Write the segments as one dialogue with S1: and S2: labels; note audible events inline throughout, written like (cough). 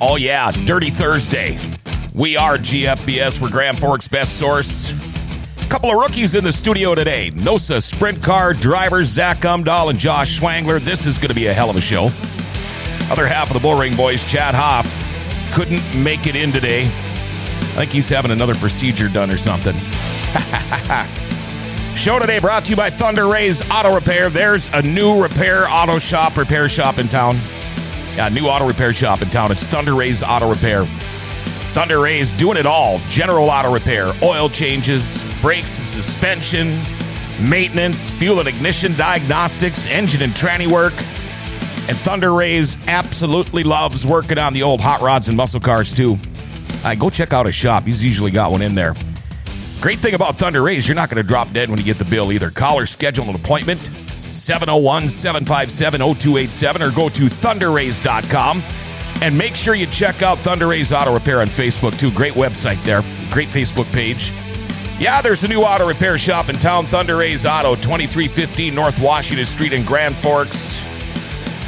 S1: Oh, yeah, Dirty Thursday. We are GFBS. We're Grand Forks' best source. A couple of rookies in the studio today NOSA sprint car drivers Zach Umdahl and Josh Schwangler. This is going to be a hell of a show. Other half of the Bullring boys, Chad Hoff, couldn't make it in today. I think he's having another procedure done or something. (laughs) Show today brought to you by Thunder Rays Auto Repair. There's a new repair auto shop, repair shop in town. Yeah, new auto repair shop in town. It's Thunder Rays Auto Repair. Thunder Rays doing it all general auto repair, oil changes, brakes and suspension, maintenance, fuel and ignition diagnostics, engine and tranny work. And Thunder Rays absolutely loves working on the old hot rods and muscle cars, too. Uh, go check out his shop. He's usually got one in there. Great thing about Thunder Rays, you're not going to drop dead when you get the bill either. Call or schedule an appointment 701 757 0287 or go to thunderrays.com. And make sure you check out Thunder Rays Auto Repair on Facebook, too. Great website there, great Facebook page. Yeah, there's a new auto repair shop in town, Thunder Rays Auto, 2315 North Washington Street in Grand Forks.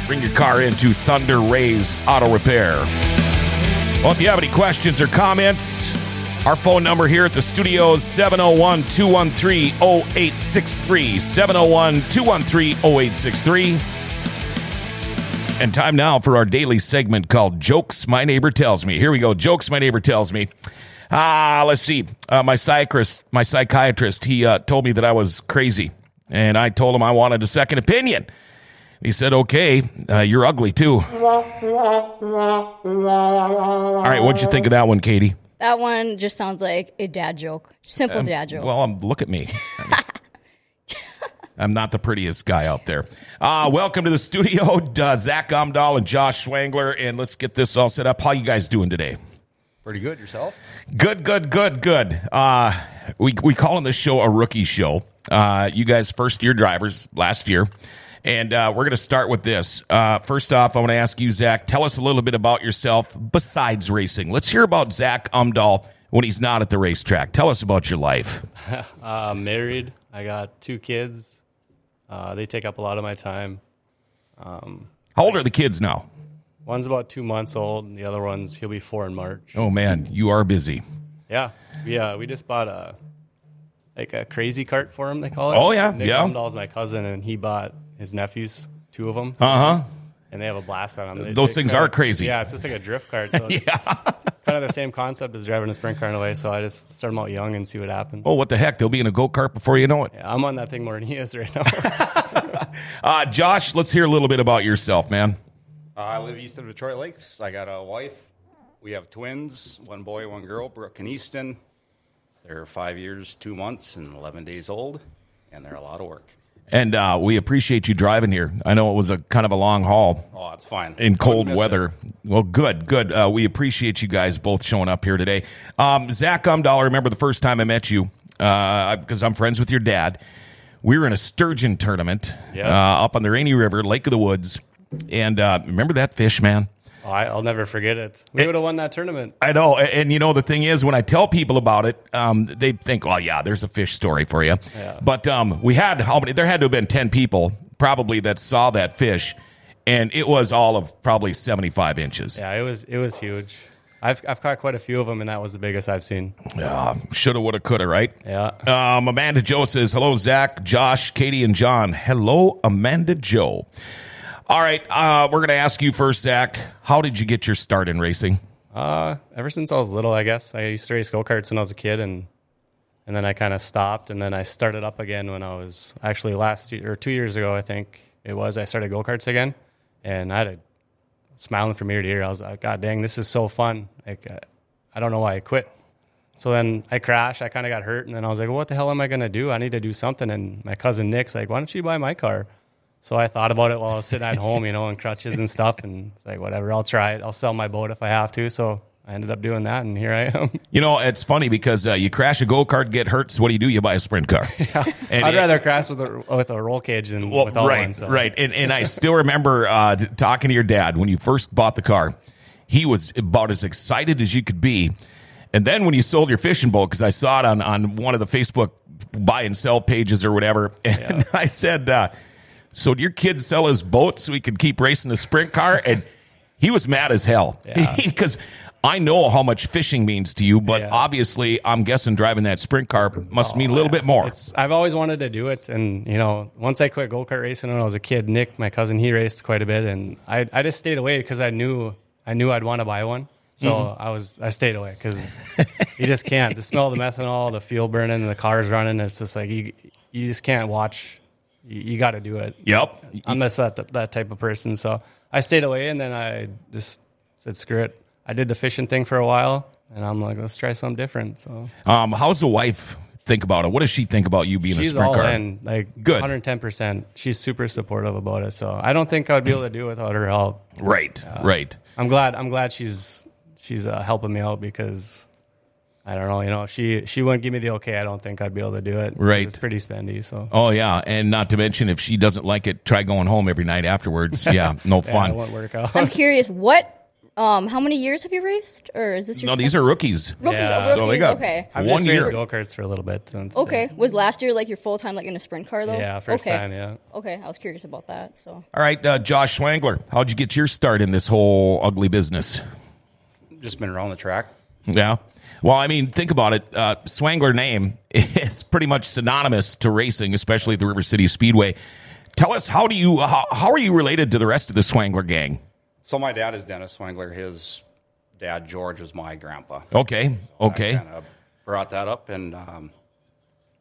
S1: Bring your car into Thunder Rays Auto Repair. Well, if you have any questions or comments, our phone number here at the studio is 701 213 0863. 701 213 0863. And time now for our daily segment called Jokes My Neighbor Tells Me. Here we go. Jokes My Neighbor Tells Me. Ah, let's see. Uh, my psychiatrist, my psychiatrist, he uh, told me that I was crazy, and I told him I wanted a second opinion. He said, "Okay, uh, you're ugly too." All right, what'd you think of that one, Katie?
S2: That one just sounds like a dad joke. Simple dad joke.
S1: Well, um, look at me. I am not the prettiest guy out there. Uh, welcome to the studio, uh, Zach Omdahl and Josh Schwangler, and let's get this all set up. How you guys doing today?
S3: Pretty good yourself.
S1: Good, good, good, good. Uh, we we calling this show a rookie show. Uh, you guys, first year drivers last year, and uh, we're going to start with this. Uh, first off, I want to ask you, Zach, tell us a little bit about yourself besides racing. Let's hear about Zach Umdahl when he's not at the racetrack. Tell us about your life.
S4: Uh, I'm married. I got two kids. Uh, they take up a lot of my time.
S1: How old are the kids now?
S4: One's about two months old, and the other one's he'll be four in March.
S1: Oh man, you are busy.
S4: Yeah, yeah. We just bought a like a crazy cart for him. They call it.
S1: Oh, yeah,
S4: Nick
S1: yeah.
S4: Umdahl's my cousin, and he bought his nephews, two of them,
S1: Uh huh.
S4: and they have a blast on them. They-
S1: Those
S4: they
S1: things
S4: kinda-
S1: are crazy.
S4: Yeah, it's just like a drift cart.
S1: (laughs)
S4: So it's kind of the same concept as driving a sprint car in a way. So I just start them out young and see what happens.
S1: Oh, what the heck? They'll be in a go kart before you know it.
S4: Yeah, I'm on that thing more than he is right now. (laughs)
S1: Uh, Josh, let's hear a little bit about yourself, man.
S5: Uh, I live east of Detroit Lakes. I got a wife. We have twins, one boy, one girl, Brooke and Easton. They're five years, two months, and 11 days old, and they're a lot of work.
S1: And uh, we appreciate you driving here. I know it was a kind of a long haul.
S5: Oh, that's fine.
S1: in
S5: Couldn't
S1: cold
S5: miss it.
S1: weather. Well, good, good. Uh, we appreciate you guys both showing up here today. Um, Zach Umdahl, I remember the first time I met you because I'm friends with your dad. We were in a sturgeon tournament
S4: Yeah.
S1: uh, up on the Rainy River, Lake of the Woods. And uh, remember that fish, man?
S4: Oh, I, I'll never forget it. We would have won that tournament.
S1: I know. a- And, you know, the thing is, when I tell people about it, um, they think, well, yeah, there's a fish story for you.
S4: Yeah.
S1: But um, we had how many? There had to have been 10 people probably that saw that fish. And it was all of probably 75 inches.
S4: Yeah, it was it was huge. I've I've caught quite a few of them, and that was the biggest I've seen.
S1: Uh, shoulda, woulda, coulda, right?
S4: Yeah.
S1: Um, Amanda Joe says, hello, Zach, Josh, Katie, and John. Hello, Amanda Joe. All right, uh, we're going to ask you first, Zach. How did you get your start in racing?
S4: Uh, ever since I was little, I guess I used to race go karts when I was a kid, and and then I kind of stopped, and then I started up again when I was actually last year or two years ago, I think it was. I started go karts again, and I had a smiling from ear to ear. I was like, God dang, this is so fun! Like, uh, I don't know why I quit. So then I crashed. I kind of got hurt, and then I was like, What the hell am I gonna do? I need to do something. And my cousin Nick's like, Why don't you buy my car? So I thought about it while I was sitting at home, you know, in crutches and stuff, and it's like, whatever, I'll try it. I'll sell my boat if I have to. So I ended up doing that, and here I am.
S1: You know, it's funny because uh, you crash a go kart, get hurt. So what do you do? You buy a sprint car. And
S4: I'd
S1: it-
S4: rather crash with a with a roll cage than
S1: well,
S4: without
S1: right,
S4: one. So.
S1: right. And and
S4: (laughs)
S1: I still remember uh, t- talking to your dad when you first bought the car. He was about as excited as you could be. And then when you sold your fishing boat, because I saw it on on one of the Facebook buy and sell pages or whatever, (laughs) and I said, uh, "So did your kid sell his boat so he could keep racing the sprint car?" And He was mad as hell (laughs) because I know how much fishing means to you, but
S4: Yeah. Oh,
S1: obviously, I'm guessing driving that sprint car must mean a little bit more.
S4: It's I've always wanted to do it, and you know, once I quit go kart racing when I was a kid, Nick, my cousin, he raced quite a bit, and I I just stayed away because I knew I knew I'd want to buy one, so I was I stayed away because you just can't. The smell of the methanol, the fuel burning, the cars running, it's just like you you just can't watch. You, you got to do it.
S1: Yep.
S4: I'm just that that type of person, so I stayed away, and then I just said screw it. I did the fishing thing for a while, and I'm like, let's try something different. So
S1: Um, how's the wife think about it? What does she think about you being a
S4: she's
S1: sprint
S4: all
S1: car?
S4: in, like
S1: Good.
S4: 110. percent She's super supportive about it. So I don't think I would be able to do it without her help.
S1: Right, right.
S4: I'm glad. I'm glad she's she's uh, helping me out because I don't know. You know, if she she wouldn't give me the okay. I don't think I'd be able to do it. 'Cause
S1: Right.
S4: It's pretty spendy. So
S1: Oh yeah, and not to mention if she doesn't like it, try going home every night
S4: (laughs)
S1: afterwards. Yeah, no
S4: I
S1: fun.
S4: won't work out.
S1: (laughs)
S2: I'm curious, what, um, how many years have you raced? Or is this your
S1: no, these are rookies.
S2: Rookie,
S4: Yeah.
S2: oh,
S1: So they
S2: rookies,
S1: got
S2: okay.
S4: (laughs) I've
S1: one
S4: just
S1: year.
S4: raced go karts for a little bit. Since, uh,
S2: Okay. Was last year like your full time, like in a sprint car though?
S4: yeah, first
S2: okay.
S4: time. Yeah.
S2: Okay. I was curious about that. So
S1: All right, uh, Josh Schwangler, how'd you get your start in this whole ugly business?
S5: Just been around the track.
S1: Yeah. Well, I mean, think about it. Uh, Swangler name (laughs) is pretty much synonymous to racing, especially at the River City Speedway. Tell us how do you how, how are you related to the rest of the Swangler gang?
S5: So my dad is Dennis Swangler. His dad George was my grandpa.
S1: Okay, okay,
S5: Kind of brought that up, and um,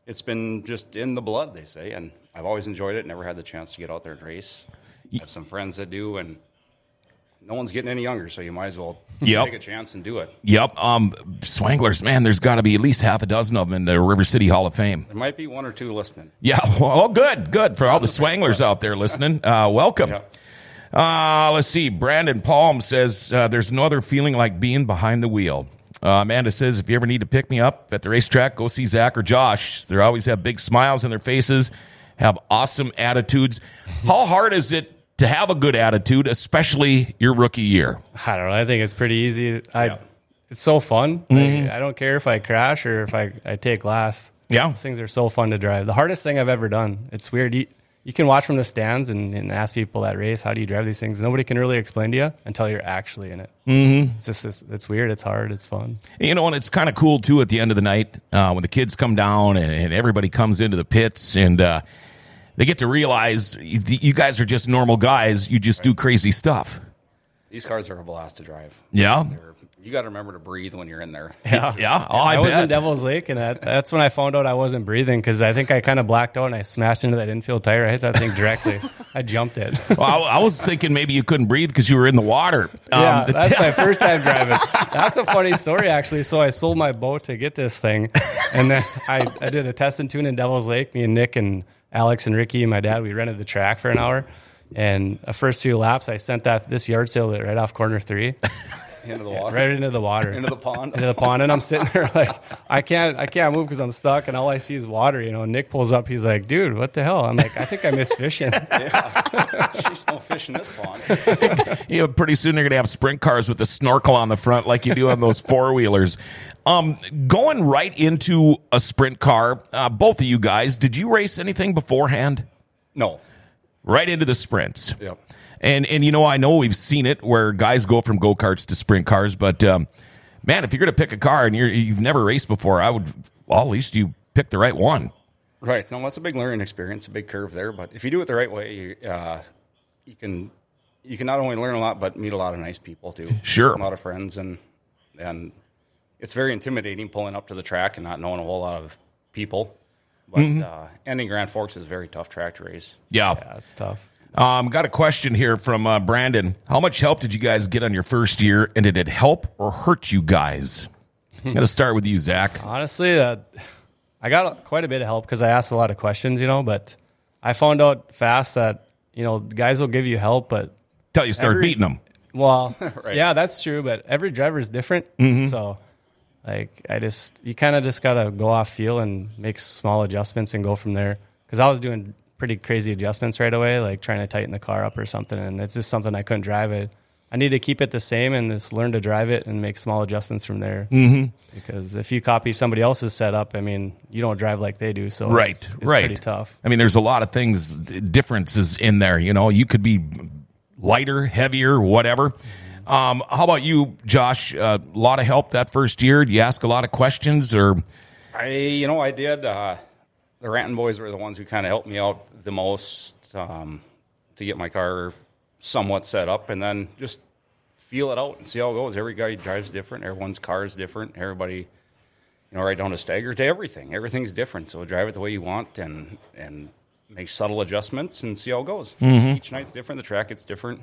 S5: it's been just in the blood, they say. And I've always enjoyed it. Never had the chance to get out there and race. I have some friends that do, and no one's getting any younger, so you might as well
S1: Yep.
S5: take a chance and do it.
S1: yep. Um, Swanglers, man, there's got to be at least half a dozen of them in the River City Hall of Fame.
S5: There might be one or two listening.
S1: Yeah. (laughs) Well, good, good for all the Swanglers out there listening. Uh, welcome.
S5: Yeah.
S1: Uh, let's see. Brandon Palm says, uh, There's no other feeling like being behind the wheel. Uh, Amanda says, If you ever need to pick me up at the racetrack, go see Zach or Josh. They always have big smiles on their faces, have awesome attitudes. How hard is it to have a good attitude, especially your rookie year?
S4: I don't know. I think it's pretty easy. I. It's so fun. Like,
S1: Mm-hmm.
S4: I don't care if I crash or if I, I take last.
S1: Yeah.
S4: Those things are so fun to drive. The hardest thing I've ever done. It's weird. You, you can watch from the stands and, and ask people at race, how do you drive these things? Nobody can really explain to you until you're actually in it. Mm-hmm. It's just, it's, it's weird. It's hard. It's fun.
S1: You know, and it's kind of cool too at the end of the night uh, when the kids come down and, and everybody comes into the pits and uh, they get to realize you, you guys are just normal guys. You just do crazy stuff.
S5: These cars are a blast to drive.
S1: Yeah.
S5: They're- You got to remember to breathe when you're in there.
S1: Yeah. Oh, I,
S4: I, was in
S1: bet.
S4: Devil's Lake, and that, that's when I found out I wasn't breathing because I think I kind of blacked out and I smashed into that infield tire. I hit that
S1: (laughs)
S4: thing directly. I jumped it.
S1: Well, I, I was thinking maybe you couldn't breathe because you were in the water. Um,
S4: yeah,
S1: the- (laughs)
S5: (laughs)
S4: that's my first time driving. That's a funny story, actually. So I sold my boat to get this thing, and then I, I did a test and tune in Devil's Lake. Me and Nick and Alex and Ricky and my dad, we rented the track for an hour, and the first few laps, I sent that this yard sale that right off corner three,
S5: (laughs) Into the water,
S4: right into the water,
S5: into the pond.
S4: into the pond, and I'm sitting there (laughs) like I can't I can't move because I'm stuck, and all I see is water. You know, And Nick pulls up, he's like, "Dude, what the hell?" I'm like, "I think I missed fishing." (laughs)
S5: (laughs) She's no fish in this pond.
S1: (laughs) you know, pretty soon they're going to have sprint cars with a snorkel on the front like you do on those (laughs) four wheelers. Um, going right into a sprint car, uh, both of you guys, did you race anything beforehand?
S5: No.
S1: Right into the sprints.
S5: Yep.
S1: And and you know, I know we've seen it where guys go from go karts to sprint cars, but um, man, if you're going to pick a car and you're, you've never raced before, I would well, at least you pick the right one.
S5: Right. No, that's a big learning experience, a big curve there. But if you do it the right way, you, uh, you can you can not only learn a lot, but meet a lot of nice people too.
S1: Sure.
S5: a lot of friends, and and it's very intimidating pulling up to the track and not knowing a whole lot of people. But uh, ending Grand Forks is a very tough track to race.
S1: Yeah.
S4: That's tough.
S1: Um, got a question here from uh, Brandon. How much help did you guys get on your first year, and did it help or hurt you guys? I'm gonna start with you, Zach.
S4: Honestly, uh, I got quite a bit of help because I asked a lot of questions, you know. But I found out fast that you know guys will give you help, but
S1: Tell you start
S4: Every-
S1: beating them.
S4: well,
S5: Right.
S4: yeah, that's true. But every driver is different, so like I just you kind of just gotta go off feel and make small adjustments and go from there. Because I was doing pretty crazy adjustments right away, like trying to tighten the car up or something, and it's just something I couldn't drive it. I need to keep it the same and just learn to drive it and make small adjustments from there. Mm-hmm. Because if you copy somebody else's setup, I mean, you don't drive like they do, so
S1: Right,
S4: it's, it's
S1: right.
S4: pretty tough.
S1: I mean, there's a lot of things differences in there. You know, you could be lighter, heavier, whatever. Um, how about you, Josh? Uh, A lot of help that first year. Do you ask a lot of questions, or
S5: I, you know, I did. Uh, the Ranton boys were the ones who kind of helped me out the most um, to get my car somewhat set up, and then just feel it out and see how it goes. Every guy drives different. Everyone's car is different. Everybody, you know, right down to stagger to everything. Everything's different. So drive it the way you want and and make subtle adjustments and see how it goes. Each night's different. The track it's different.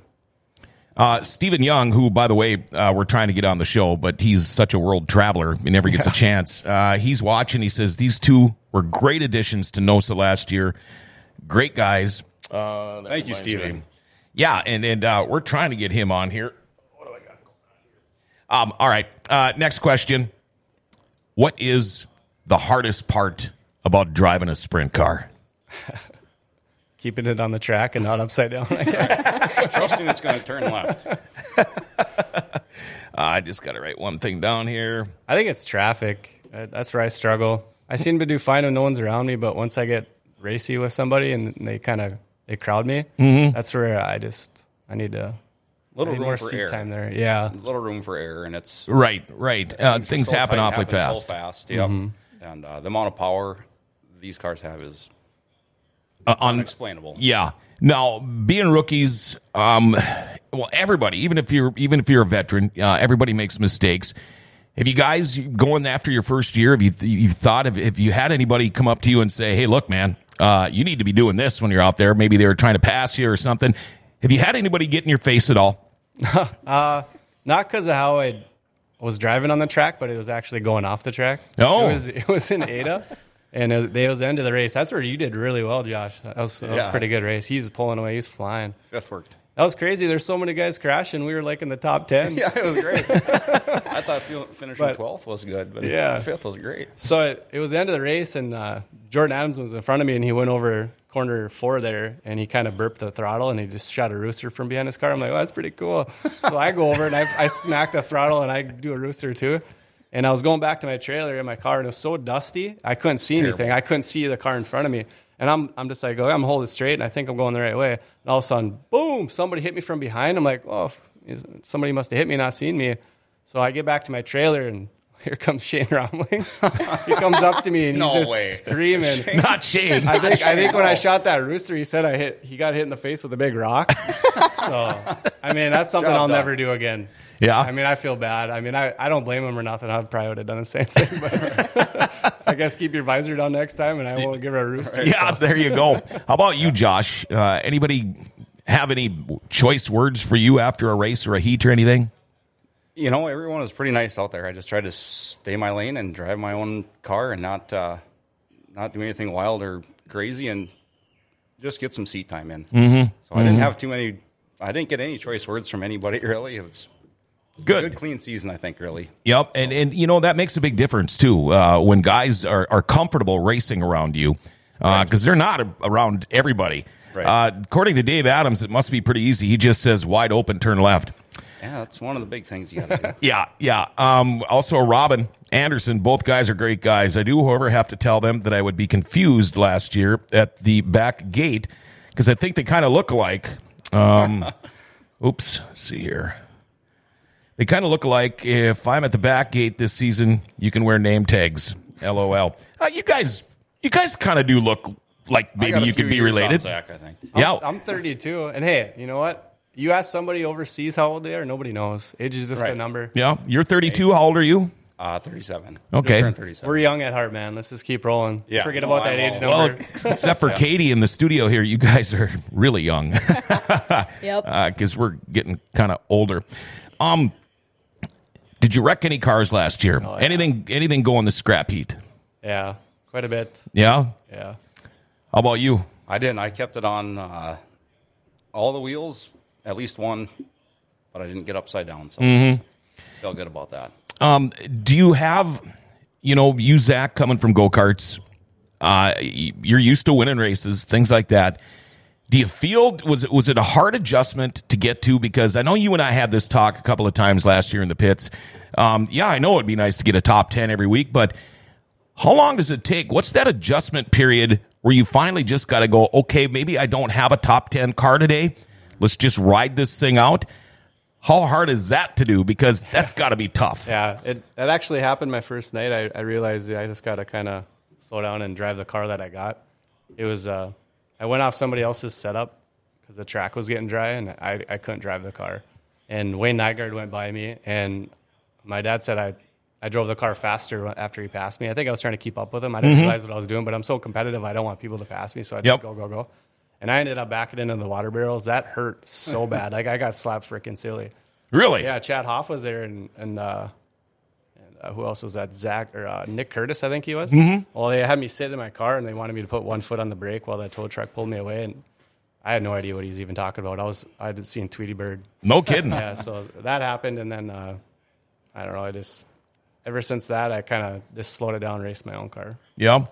S1: Uh, Stephen Young, who, by the way, uh, we're trying to get on the show, but he's such a world traveler, he never
S4: (laughs)
S1: gets a chance. Uh, he's watching. He says these two were great additions to NOSA last year. Great guys. Uh, that
S5: Thank
S1: reminds
S5: you,
S1: me.
S5: Stephen.
S1: Yeah, and and uh, we're trying to get him on here. What do I got going on here? Um, all right. Uh, next question. What is the hardest part about driving a sprint car?
S4: Keeping it on the track and not upside down. (laughs)
S5: Trusting it's going to turn left.
S1: Uh, I just got to write one thing down here.
S4: I think it's traffic. Uh, That's where I struggle. I seem to do fine when no one's around me, but once I get racy with somebody and they kind of they crowd me, that's where I just I need to I
S5: (laughs) Little
S4: need
S5: room
S4: more
S5: for
S4: seat
S5: air.
S4: time there. Yeah,
S5: Little room for air, and it's
S1: Right, right. Uh,
S5: are
S1: things
S5: so
S1: happen
S5: tight,
S1: awfully
S5: happen
S1: fast.
S5: So fast, yeah. And uh, the amount of power these cars have is
S1: Uh, on
S5: unexplainable.
S1: Yeah. Now, being rookies, um, well, everybody, even if you're even if you're a veteran, uh, everybody makes mistakes. Have you guys going after your first year? Have you you thought of if you had anybody come up to you and say, "Hey, look, man, uh, you need to be doing this when you're out there." Maybe they were trying to pass you or something. Have you had anybody get in your face at all?
S4: not because of how I was driving on the track, but it was actually going off the track.
S1: Oh.
S4: it was it was in Ada, and it, it was the end of the race. That's where you did really well, Josh. That was, that was
S5: Yeah.
S4: a pretty good race. He's pulling away. He's flying.
S5: Fifth worked.
S4: That was crazy. There's so many guys crashing. We were like in the top ten.
S5: (laughs) Yeah, it was great. (laughs) I thought feel- finishing
S4: But-
S5: 12th was good, but
S4: Yeah.
S5: fifth was great.
S4: (laughs) So it, it was the end of the race, and uh, Jordan Adams was in front of me, and he went over corner four there, and he kind of burped the throttle, and he just shot a rooster from behind his car. I'm like, oh, that's pretty cool. so I go over and I, I smack the throttle, and I do a rooster too. And I was going back to my trailer in my car, and it was so dusty, I couldn't see anything. I couldn't see the car in front of me. And I'm, I'm just like, oh, I'm holding straight, and I think I'm going the right way. And all of a sudden, boom, somebody hit me from behind. I'm like, oh, is- somebody must have hit me, not seen me. So I get back to my trailer, and (laughs) here comes Shane Romling. (laughs) he comes up to me, and
S5: No
S4: he's just
S5: way.
S4: screaming.
S1: (laughs) Not Shane.
S4: I think, I think when I shot that rooster, he said I hit. He got hit in the face with a big rock. (laughs) so, I mean, that's something
S5: Job
S4: I'll
S5: done.
S4: never do again.
S1: Yeah.
S4: I mean, I feel bad. I mean, I, I don't blame him or nothing. I probably would have done the same thing. But (laughs) I guess keep your visor down next time, and I won't give her a rooster.
S1: (laughs) Yeah, there you go. How about you, Josh? Uh, anybody have any choice words for you after a race or a heat or anything?
S5: You know, everyone was pretty nice out there. I just tried to stay in my lane and drive my own car and not uh, not do anything wild or crazy and just get some seat time in. Mm-hmm. So I didn't have too many. I didn't get any choice words from anybody (laughs) really. It was a good, clean season, I think. Really,
S1: Yep, and and you know that makes a big difference too uh, when guys are, are comfortable racing around you because they're not a- around everybody.
S5: Right.
S1: Uh, according to Dave Adams, it must be pretty easy. He just says wide open, turn left.
S5: yeah, that's one of the big things you got to do.
S1: Yeah, yeah. Um, also, Robin Anderson, both guys are great guys. I do, however, have to tell them that I would be confused last year at the back gate because I think they kind of look alike.
S5: (laughs)
S1: Um, oops, let's see here. They kind of look alike. If I'm at the back gate this season, you can wear name tags. LOL. Uh, you guys, you guys kind of do look like
S5: I got
S1: maybe
S5: a
S1: you
S5: few
S1: could be
S5: years on
S1: related.
S5: Zach, I think.
S1: Yeah,
S4: I'm 32, and hey, you know what? You ask somebody overseas how old they are, nobody knows. Age is just a
S5: Right.
S4: number.
S1: yeah. You're 32. How old are you?
S5: Uh, 37.
S1: Okay.
S5: Just turned 37.
S4: We're young at heart, man. Let's just keep rolling.
S5: Yeah.
S4: Forget
S5: No,
S4: about
S5: I'm
S4: that
S5: old.
S4: age
S1: Well,
S4: number.
S1: (laughs) except for Oh, Katie in the studio here, you guys are really young. (laughs)
S2: Yep.
S1: because we're getting kind of older. Um, did you wreck any cars last year? Anything? Anything go on the scrap heat?
S4: yeah, quite a bit.
S1: Yeah.
S4: Yeah.
S1: How about you?
S5: I didn't. I kept it on uh, all the wheels, at least one, but I didn't get upside down. So
S1: Mm-hmm.
S5: felt good about that.
S1: Um, do you have, you know, you Zach coming from go karts? Uh, y- you're used to winning races, things like that. Do you feel was it was it a hard adjustment to get to? Because I know you and I had this talk a couple of times last year in the pits. Um, yeah, I know it'd be nice to get a top ten every week, but how long does it take? What's that adjustment period where you finally just got to go? Okay, maybe I don't have a top ten car today. Let's just ride this thing out. How hard is that to do? Because that's got to be tough.
S4: Yeah, it that actually happened my first night. I, I realized that I just got to kind of slow down and drive the car that I got. It was uh, I went off somebody else's setup because the track was getting dry and I, I couldn't drive the car. And Wayne Nygaard went by me, and my dad said I I drove the car faster after he passed me. I think I was trying to keep up with him. I didn't realize what I was doing, but I'm so competitive. I don't want people to pass me, so I just
S1: Yep.
S4: go go go. And I ended up backing into the water barrels. That hurt so bad. Like I got slapped freaking silly.
S1: Really?
S4: Yeah, Chad Hoff was there, and and, uh, and uh, who else was that? Zach or uh, Nick Curtis, I think he was. Mm-hmm. Well, they had me sit in my car, and they wanted me to put one foot on the brake while that tow truck pulled me away, and I had no idea what he's even talking about. I was I had seen Tweety Bird,
S1: No kidding.
S4: yeah. So that happened, and then uh, I don't know. I just ever since that, I kind of just slowed it down, and raced my own car.
S1: Yeah.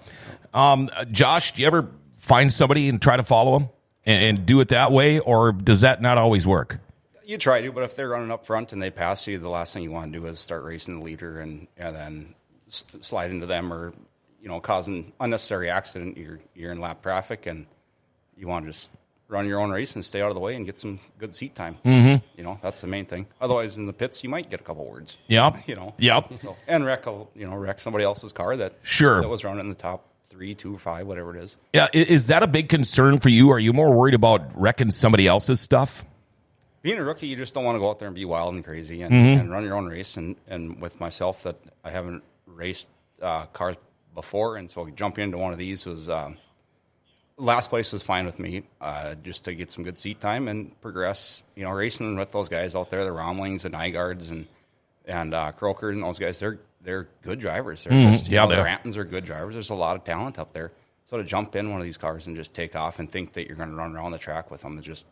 S1: Um, uh, Josh, do you ever find somebody and try to follow them and, and do it that way, or does that not always work?
S5: You try to, but if they're running up front and they pass you, the last thing you want to do is start racing the leader and, and then s- slide into them or you know causing unnecessary accident. You're you're in lap traffic and you want to just run your own race and stay out of the way and get some good seat time. Mm-hmm. You know that's the main thing. Otherwise, in the pits, you might get a couple words.
S1: Yep.
S5: (laughs) You know.
S1: Yep.
S5: So and wreck a, you know wreck somebody else's car that
S1: Sure.
S5: that was running in the top three, two, five, whatever it is.
S1: Yeah. i- Is that a big concern for you? Are you more worried about wrecking somebody else's stuff?
S5: being a rookie, you just don't want to go out there and be wild and crazy and,
S1: Mm-hmm.
S5: and run your own race. And, and with myself, that I haven't raced uh, cars before, and so jumping into one of these was um, last place was fine with me, uh, just to get some good seat time and progress. You know, racing with those guys out there, the Romlings and Nygaards and and uh, Croker and those guys, they're they're good drivers. They're just, you
S1: Mm-hmm. Yeah,
S5: know,
S1: they
S5: the
S1: are.
S5: Ramptons are good drivers. There's a lot of talent up there. So to jump in one of these cars and just take off and think that you're going to run around the track with them is just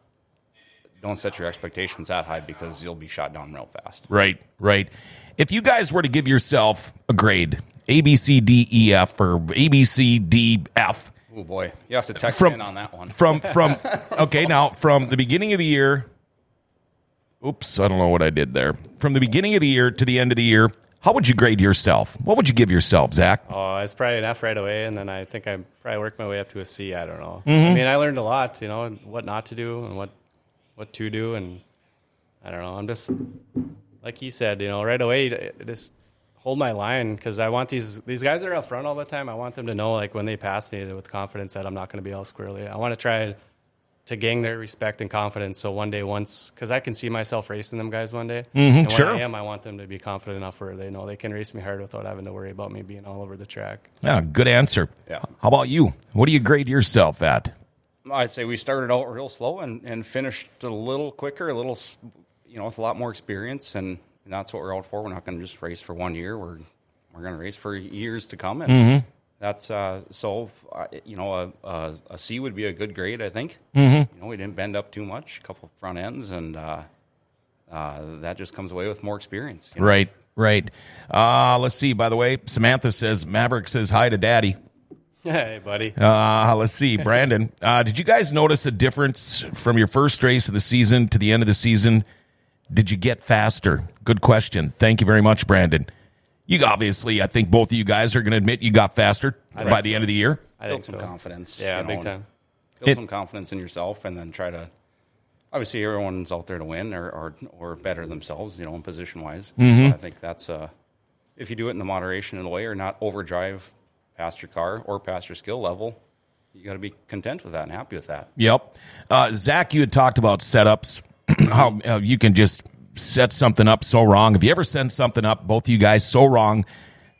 S5: don't set your expectations that high because you'll be shot down real fast.
S1: Right. Right. If you guys were to give yourself a grade, A, B, C, D, E, F, or A, B, C, D, F,
S5: Oh boy, you have to text in on that one.
S1: From from okay, now from the beginning of the year. Oops, I don't know what I did there. From the beginning of the year to the end of the year, how would you grade yourself? What would you give yourself, Zach?
S4: Oh, it's probably an F right away, and then I think I probably worked my way up to a C. I don't know. I mean, I learned a lot, you know, and what not to do and what what to do, and I don't know. I'm just like he said, you know, right away, I just hold my line because I want these these guys that are out front all the time. I want them to know, like when they pass me, with confidence that I'm not going to be all squirrely. I want to try to gain their respect and confidence. So one day, once because I can see myself racing them guys one day. Mm-hmm, and when
S1: sure.
S4: I am, I want them to be confident enough where they know they can race me hard without having to worry about me being all over the track. (laughs)
S1: Yeah, Ah, good answer.
S5: Yeah.
S1: How about you? What do you grade yourself at?
S5: I'd say we started out real slow and, and finished a little quicker, a little, s- you know, with a lot more experience, and, and that's what we're out for. We're not going to just race for one year. We're we're going to race for years to come, and that's uh, so. Uh, you know, a, a, a C would be a good grade, I think. Mm-hmm. You know, we didn't bend up too much, a couple front ends, and uh, uh, that just comes away with more experience. you know.
S1: Right, right. Uh, let's see. By the way, Samantha says Maverick says hi to Daddy.
S4: hey, buddy.
S1: Uh, let's see, Brandon. Uh, did you guys notice a difference from your first race of the season to the end of the season? Did you get faster? Good question. Thank you very much, Brandon. You obviously, I think both of you guys are going to admit you got faster by the end of the year.
S4: I
S5: build
S4: think
S5: some
S4: so.
S5: confidence.
S4: Yeah,
S5: you know,
S4: big
S5: and
S4: time.
S5: Build
S1: It-
S5: some confidence in yourself, and then try to. Obviously, everyone's out there to win or or, or better themselves, you know, in position wise. I think that's uh, if you do it in the moderation of the way, or not overdrive past your car or past your skill level, you got to be content with that and happy with that.
S1: Yep. Uh, Zach, you had talked about setups, (clears throat) how uh, you can just set something up so wrong. Have you ever sent something up, both of you guys, so wrong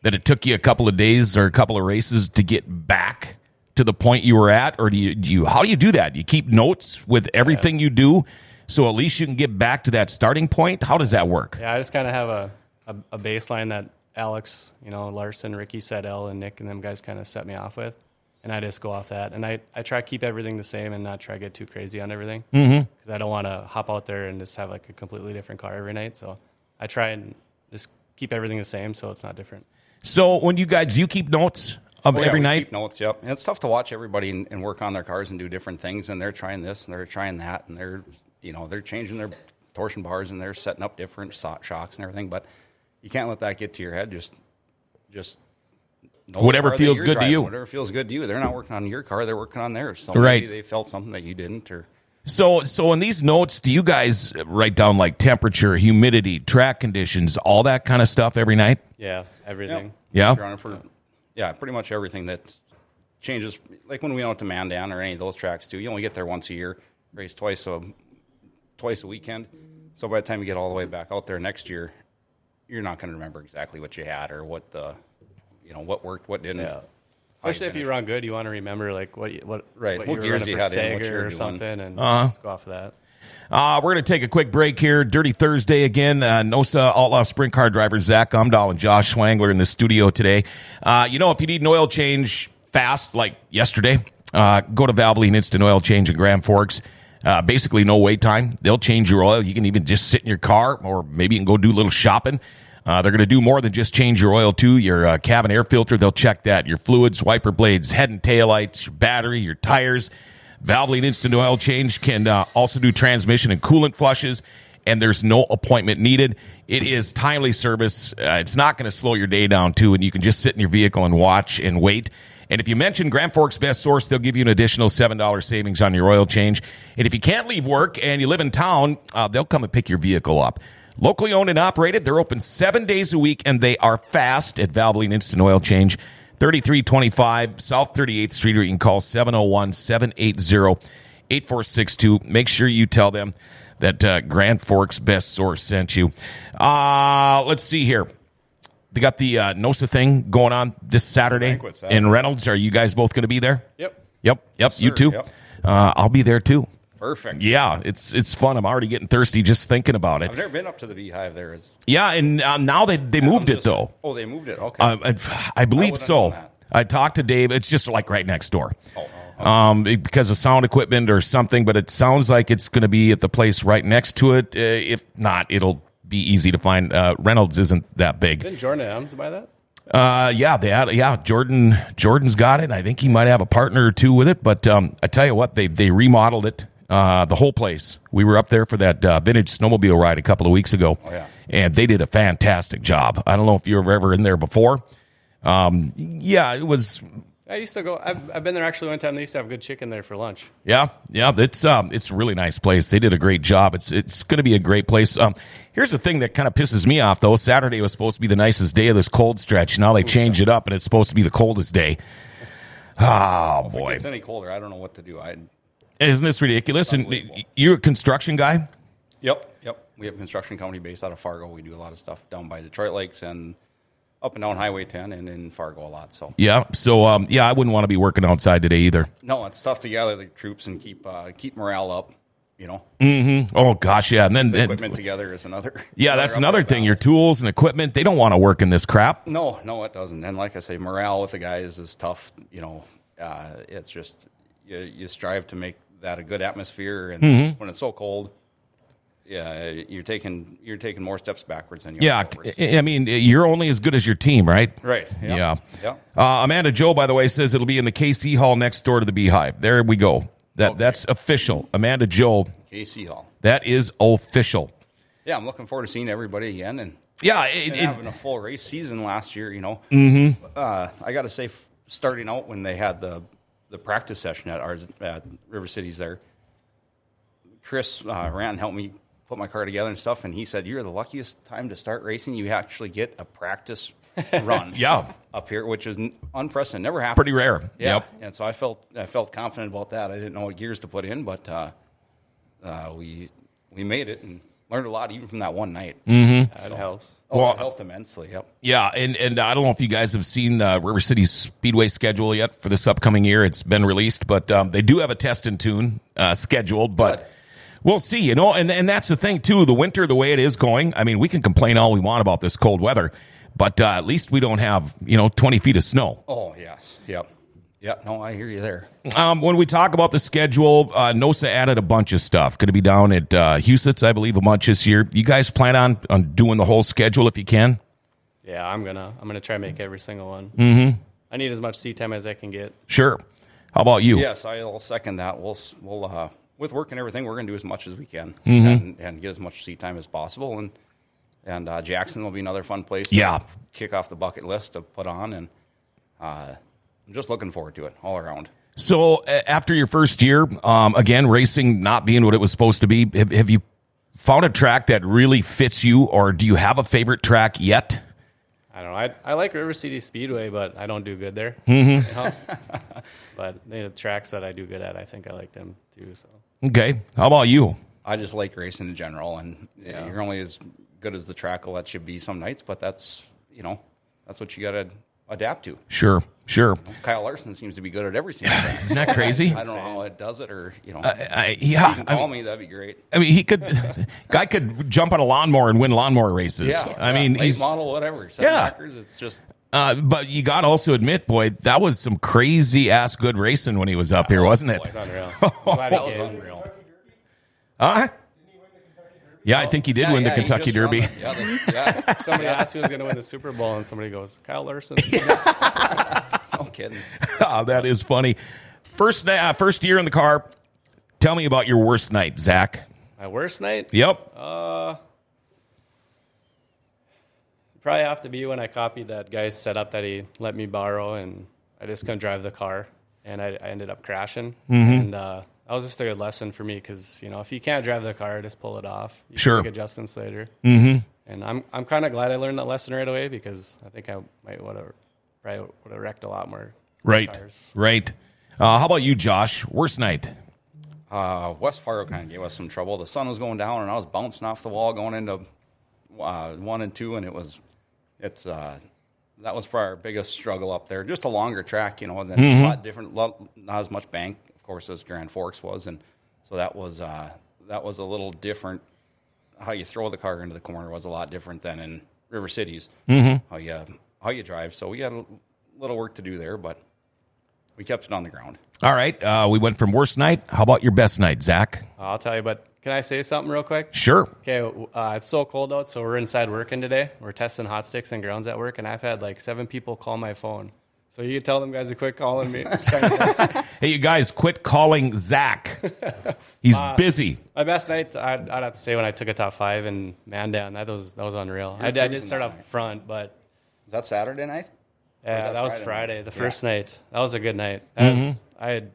S1: that it took you a couple of days or a couple of races to get back to the point you were at? Or do you, do you how do you do that? You keep notes with everything you do so at least you can get back to that starting point? How does that work?
S4: Yeah, I just kind of have a, a, a baseline that Alex, you know, Larson, Ricky Sedell, and Nick and them guys kind of set me off with. And I just go off that. And I, I try to keep everything the same and not try to get too crazy on everything. Because I don't want to hop out there and just have like a completely different car every night. So I try and just keep everything the same so it's not different.
S1: So when you guys, do you keep notes of
S5: Oh, yeah,
S1: every
S5: we
S1: night?
S5: keep notes, yep. And it's tough to watch everybody and, and work on their cars and do different things. And they're trying this and they're trying that, and they're you know they're changing their torsion bars and they're setting up different so- shocks and everything. But you can't let that get to your head. Just just know the
S1: Whatever
S5: car that
S1: feels
S5: you're
S1: good to you.
S5: Whatever feels good to you. They're not working on your car. They're working on theirs. So
S1: Right.
S5: maybe they felt something that you didn't, or
S1: So, so in these notes, do you guys write down like temperature, humidity, track conditions, all that kind of stuff every night?
S4: Yeah, everything.
S1: Yeah.
S5: Your Honor, for yeah, pretty much everything that changes. Like when we went to Mandan or any of those tracks too, you only get there once a year, race twice a twice a weekend. So by the time you get all the way back out there next year, you're not going to remember exactly what you had or what the you know what worked, what didn't.
S4: Yeah. Especially if you run good, you want to remember like what you, what
S5: Right,
S4: what
S5: what
S4: you were
S5: gears
S4: running
S5: you
S4: for
S5: had in, what
S4: Stagger
S5: year
S4: or
S5: you won.
S4: something, and just go off of that.
S1: Uh, we're going to take a quick break here. Dirty Thursday again. Uh, NOSA Outlaw Sprint Car drivers Zach Umdahl and Josh Swangler in the studio today. Uh, you know, if you need an oil change fast, like yesterday, uh, go to Valvoline Instant Oil Change in Grand Forks. Uh, basically, no wait time. They'll change your oil. You can even just sit in your car, or maybe you can go do a little shopping. Uh, they're going to do more than just change your oil too. Your uh, cabin air filter, they'll check that. Your fluids, wiper blades, head and tail lights, your battery, your tires. Valvoline Instant Oil Change can uh, also do transmission and coolant flushes, and there's no appointment needed. It is timely service. Uh, it's not going to slow your day down, too, and you can just sit in your vehicle and watch and wait. And if you mention Grand Forks Best Source, they'll give you an additional $7 savings on your oil change. And if you can't leave work and you live in town, uh, they'll come and pick your vehicle up. Locally owned and operated, they're open seven days a week, and they are fast at Valvoline Instant Oil Change. 3325 South 38th Street, or you can call 701 780 8462. Make sure you tell them that uh, Grand Forks Best Source sent you. Uh, let's see here. They got the uh, NOSA thing going on this Saturday
S5: Banquet Saturday.
S1: in Reynolds. Are you guys both going to be there?
S5: Yep.
S1: Yep. Yep. you
S5: sir.
S1: too.
S5: Yep.
S1: Uh, I'll be there too.
S5: Perfect.
S1: Yeah, it's it's fun. I'm already getting thirsty just thinking about it.
S5: I've never been up to the beehive. There is.
S1: Yeah, and uh, now they they
S5: I'm
S1: moved it
S5: just-
S1: though.
S5: Oh, they moved it. Okay.
S1: Uh, I, I believe
S5: wouldn't
S1: so.
S5: know that.
S1: I talked to Dave. It's just like right next door.
S5: oh, oh,
S1: Um, it- because of sound equipment or something, but it sounds like it's going to be at the place right next to it. Uh, if not, it'll be easy to find. Uh, Reynolds isn't that big.
S4: Didn't Jordan Adams buy that?
S1: Uh, yeah, they had, yeah, Jordan, Jordan's got it. and I think he might have a partner or two with it, but, um, I tell you what, they, they remodeled it, uh, the whole place. We were up there for that, uh, vintage snowmobile ride a couple of weeks ago.
S5: Oh, yeah.
S1: And they did a fantastic job. I don't know if you were ever in there before. Um, yeah, it was,
S4: I used to go. I've, I've been there actually one time. They used to have good chicken there for lunch.
S1: Yeah, yeah, it's um, it's a really nice place. They did a great job. It's it's going to be a great place. Um, here's the thing that kind of pisses me off though. Saturday was supposed to be the nicest day of this cold stretch. Now they changed it up, and it's supposed to be the coldest day. Oh
S5: If
S1: boy,
S5: it's any colder, I don't know what to do. I.
S1: isn't this ridiculous? And you're a construction guy.
S5: Yep, yep. We have a construction company based out of Fargo. We do a lot of stuff down by Detroit Lakes and up and down Highway 10 and in Fargo a lot. So,
S1: Yeah, so um, yeah, I wouldn't want to be working outside today either.
S5: no, it's tough to gather the troops and keep uh, keep morale up. You know,
S1: Oh gosh, yeah, and then and-
S5: equipment together is another.
S1: (laughs) yeah, that's
S5: up
S1: another
S5: and
S1: thing.
S5: down.
S1: Your tools and equipment, they don't want to work in this crap.
S5: No, no, it doesn't. And like I say, morale with the guys is tough. You know, uh, it's just you, you strive to make that a good atmosphere, and
S1: Mm-hmm.
S5: when it's so cold, yeah, you're taking you're taking more steps backwards than you. are
S1: Yeah,
S5: forwards.
S1: I I mean, you're only as good as your team, right?
S5: right.
S1: Yeah.
S5: yeah.
S1: Uh, Amanda Joe, by the way, says it'll be in the KC Hall next door to the Beehive. There we go. That that's official. Amanda Joe,
S5: KC Hall.
S1: that is official.
S5: Yeah, I'm looking forward to seeing everybody again and,
S1: Yeah, it,
S5: and
S1: it-
S5: having a full race season last year. You know, mm-hmm. uh, I got to say, f- starting out when they had the the practice session at ours at River Cities there, Chris uh, ran and helped me put my car together and stuff, and he said, "You're the luckiest time to start racing. You actually get
S1: (laughs)
S5: a practice run,
S1: Yeah.
S5: up here, which is n- unprecedented. Never happened.
S1: pretty rare.
S5: Yeah.
S1: Yep.
S5: And so I felt I felt confident about that. I didn't know what gears to put in, but uh, uh, we we made it and learned a lot even from that one night.
S4: That helps.
S5: Oh,
S1: Mm. Well-
S5: it helped immensely. Yep.
S1: Yeah, and and I don't know if you guys have seen the River City Speedway schedule yet for this upcoming year. It's been released, but um, they do have a test and tune uh, scheduled. But
S5: Good.
S1: we'll see, you know. And and that's the thing too. The winter, the way it is going, I mean, we can complain all we want about this cold weather, but uh, at least we don't have you know twenty feet of snow.
S5: Oh yes. Yep. Yep. No, I hear you there.
S1: Um, when we talk about the schedule, uh, NOSA added a bunch of stuff. Going to be down at uh, Husitz, I believe, a bunch this year. You guys plan on on doing the whole schedule if you can.
S4: Yeah, I'm gonna I'm gonna try and make every single one. I need as much seat time as I can get.
S1: Sure. How about you?
S5: Yes, I'll second that. We'll s- we'll uh, with work and everything, we're going to do as much as we can
S1: Mm-hmm.
S5: and, and get as much seat time as possible. And and uh, Jackson will be another fun place. to
S1: Yeah.
S5: kick off the bucket list to put on, and uh, I'm just looking forward to it all around.
S1: So a- after your first year, um, again, racing not being what it was supposed to be, have, have you found a track that really fits you, or do you have a favorite track yet?
S4: I don't know. I, I like River City Speedway, but I don't do good there. You know? but the tracks that I do good at, I think I like them too. So
S1: Okay, how about you?
S5: I just like racing in general, and yeah, you're only as good as the track will let you be some nights. But that's you know that's what you got to adapt to.
S1: Sure, sure.
S5: Kyle Larson seems to be good at every single
S1: (laughs)
S5: track.
S1: Isn't that
S5: (laughs)
S1: crazy?
S5: I don't know how it does it, or you know,
S1: I,
S5: you
S1: yeah,
S5: can
S1: Uh, I
S5: call
S1: mean,
S5: me. That'd be great.
S1: I mean, he could, (laughs) guy could jump on a lawnmower and win lawnmower races. I mean,
S5: late
S1: he's
S5: model, whatever. Seven
S1: Yeah.
S5: Records, it's just
S1: Uh, but you got to also admit, boy, that was some crazy ass good racing when he was up here, wasn't it?
S4: it's unreal. Glad
S5: that
S4: I
S5: was
S4: did.
S5: unreal.
S1: Huh? Yeah, I think he did
S5: Yeah,
S1: win the
S5: yeah, he
S1: Kentucky
S5: just won
S1: (laughs) Derby.
S5: the- yeah, the- yeah, (laughs)
S4: Somebody asked who was going to win the Super Bowl, and somebody goes, Kyle Larson.
S5: no kidding.
S1: Ah, that is funny. First night, uh, first year in the car. Tell me about your worst night, Zach.
S4: My worst night?
S1: Yep.
S5: Oh,
S4: Probably have to be when I copied that guy's setup that he let me borrow, and I just couldn't drive the car, and I, I ended up crashing. And uh, that was just a good lesson for me because you know if you can't drive the car, just pull it off. You can
S1: Sure.
S4: Make adjustments later. Mm-hmm. And I'm I'm kind of glad I learned that lesson right away because I think I might would have probably would have wrecked a lot more.
S1: right.
S4: cars.
S1: Right. Uh, how about you, Josh? Worst night.
S5: Uh, West Fargo kind of gave us some trouble. The sun was going down, and I was bouncing off the wall going into uh, one and two, and it was it's uh, that was probably our biggest struggle up there. Just a longer track, you know, and then a lot different, lot, not as much bank, of course, as Grand Forks was, and so that was uh, that was a little different. How you throw the car into the corner was a lot different than in River Cities. Mm-hmm. How you how you drive. So we had a little work to do there, but we kept it on the ground.
S1: All right. Uh, we went from worst night. How about your best night, Zach?
S4: I'll tell you, but can I say something real quick?
S1: Sure.
S4: Okay, uh, it's so cold out, so we're inside working today. We're testing hot sticks and grounds at work, and I've had like seven people call my phone. So you can tell them guys to quit calling me.
S1: Hey, you guys, quit calling
S5: (laughs)
S1: Zach. He's busy.
S4: my best night, I'd, I'd have to say when I took a top five and man down, that was that was unreal. I, did- I did
S5: cruising
S4: start
S5: that
S4: off
S5: night.
S4: front, but
S5: Is that Saturday night?
S4: yeah,
S5: that
S4: that, was
S5: Friday night?
S4: Friday, the
S5: Yeah.
S4: first night. That was a good night. That
S1: Mm-hmm.
S4: was- I had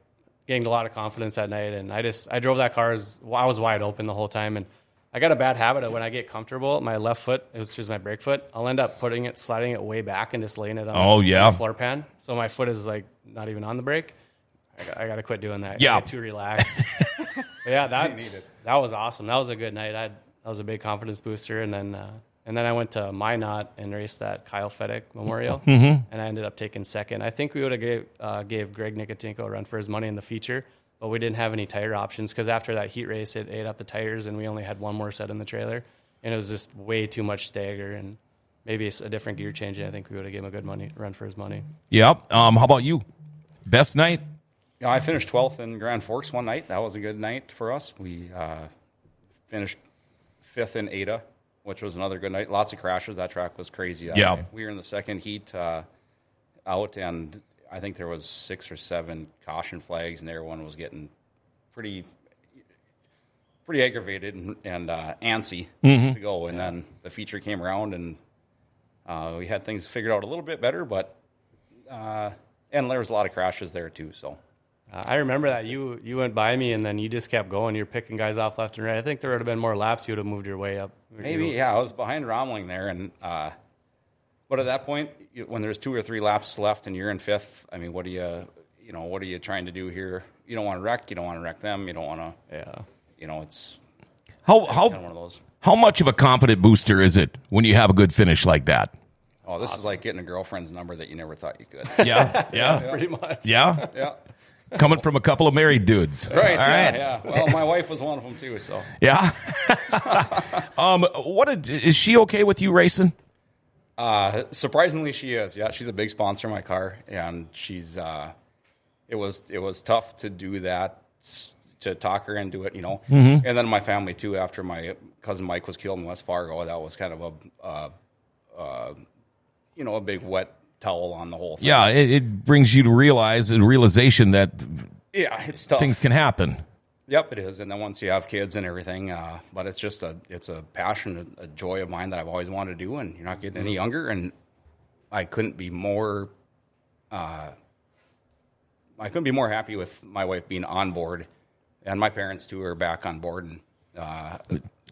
S4: gained a lot of confidence that night, and I just I drove that car as I was wide open the whole time, and I got a bad habit of when I get comfortable, my left foot, which is my brake foot, I'll end up putting it, sliding it way back, and just laying it on
S1: Oh, yeah.
S4: the floor pan. So my foot is like not even on the brake. I got, I got to quit doing that. I
S1: Yeah.
S4: get too relaxed. But yeah, that that was awesome. That was a good night. I that was a big confidence booster, and then uh, and then I went to Minot and raced that Kyle Fedick Memorial, and I ended up taking second. I think we would have gave uh, gave Greg Nikotinko a run for his money in the feature, but we didn't have any tire options because after that heat race, it ate up the tires, and we only had one more set in the trailer, and it was just way too much stagger and. Maybe it's a different gear change. and I think we would have gave him a good money run for his money.
S1: Yep. Um, how about you? Best night?
S5: Yeah, I finished 12th in Grand Forks one night. That was a good night for us. We uh, finished fifth in Ada, which was another good night. Lots of crashes. That track was crazy. that
S1: Yeah.
S5: night. We were in the second heat uh, out, and I think there was six or seven caution flags, and everyone was getting pretty pretty aggravated and, and uh, antsy to go. And then the feature came around, and uh, we had things figured out a little bit better, but uh, and there was a lot of crashes there too. So.
S4: Uh, I remember that you you went by me and then you just kept going. You're picking guys off left and right. I think there would have been more laps. You would have moved your way up.
S5: Maybe,
S4: You-
S5: yeah. I was behind Romling there, and uh, but at that point, you, when there's two or three laps left and you're in fifth, I mean, what do you, you know, what are you trying to do here? You don't want to wreck. You don't want to wreck them. You don't want to,
S4: yeah.
S5: you know, it's
S1: How
S5: kind of one
S1: how
S5: of those.
S1: how much of a confident booster is it when you have a good finish like that?
S5: Oh, this is like getting a girlfriend's number that you never thought you
S1: (laughs)
S5: could.
S1: Yeah, yeah,
S4: pretty much.
S1: yeah.
S5: yeah,
S1: Coming from a couple of married dudes. All
S5: right.
S1: (laughs)
S5: yeah,
S1: right.
S5: yeah. Well, my wife was one of them too. So
S1: Yeah. (laughs) um, what did, is she okay with you racing?
S5: Uh, surprisingly, she is. Yeah, she's a big sponsor of my car, and she's. Uh, it was it was tough to do that s- to talk her into it, you know.
S1: Mm-hmm.
S5: And then my family too. After my cousin Mike was killed in West Fargo, that was kind of a, uh, uh, you know, a big wet towel on the whole thing.
S1: Yeah, it, it brings you to realize a realization that
S5: yeah, it's tough.
S1: things can happen.
S5: Yep, it is. And then once you have kids and everything, uh, but it's just a it's a passion, a, a joy of mine that I've always wanted to do. And you're not getting any younger, and I couldn't be more uh, I couldn't be more happy with my wife being on board, and my parents too are back on board. And uh,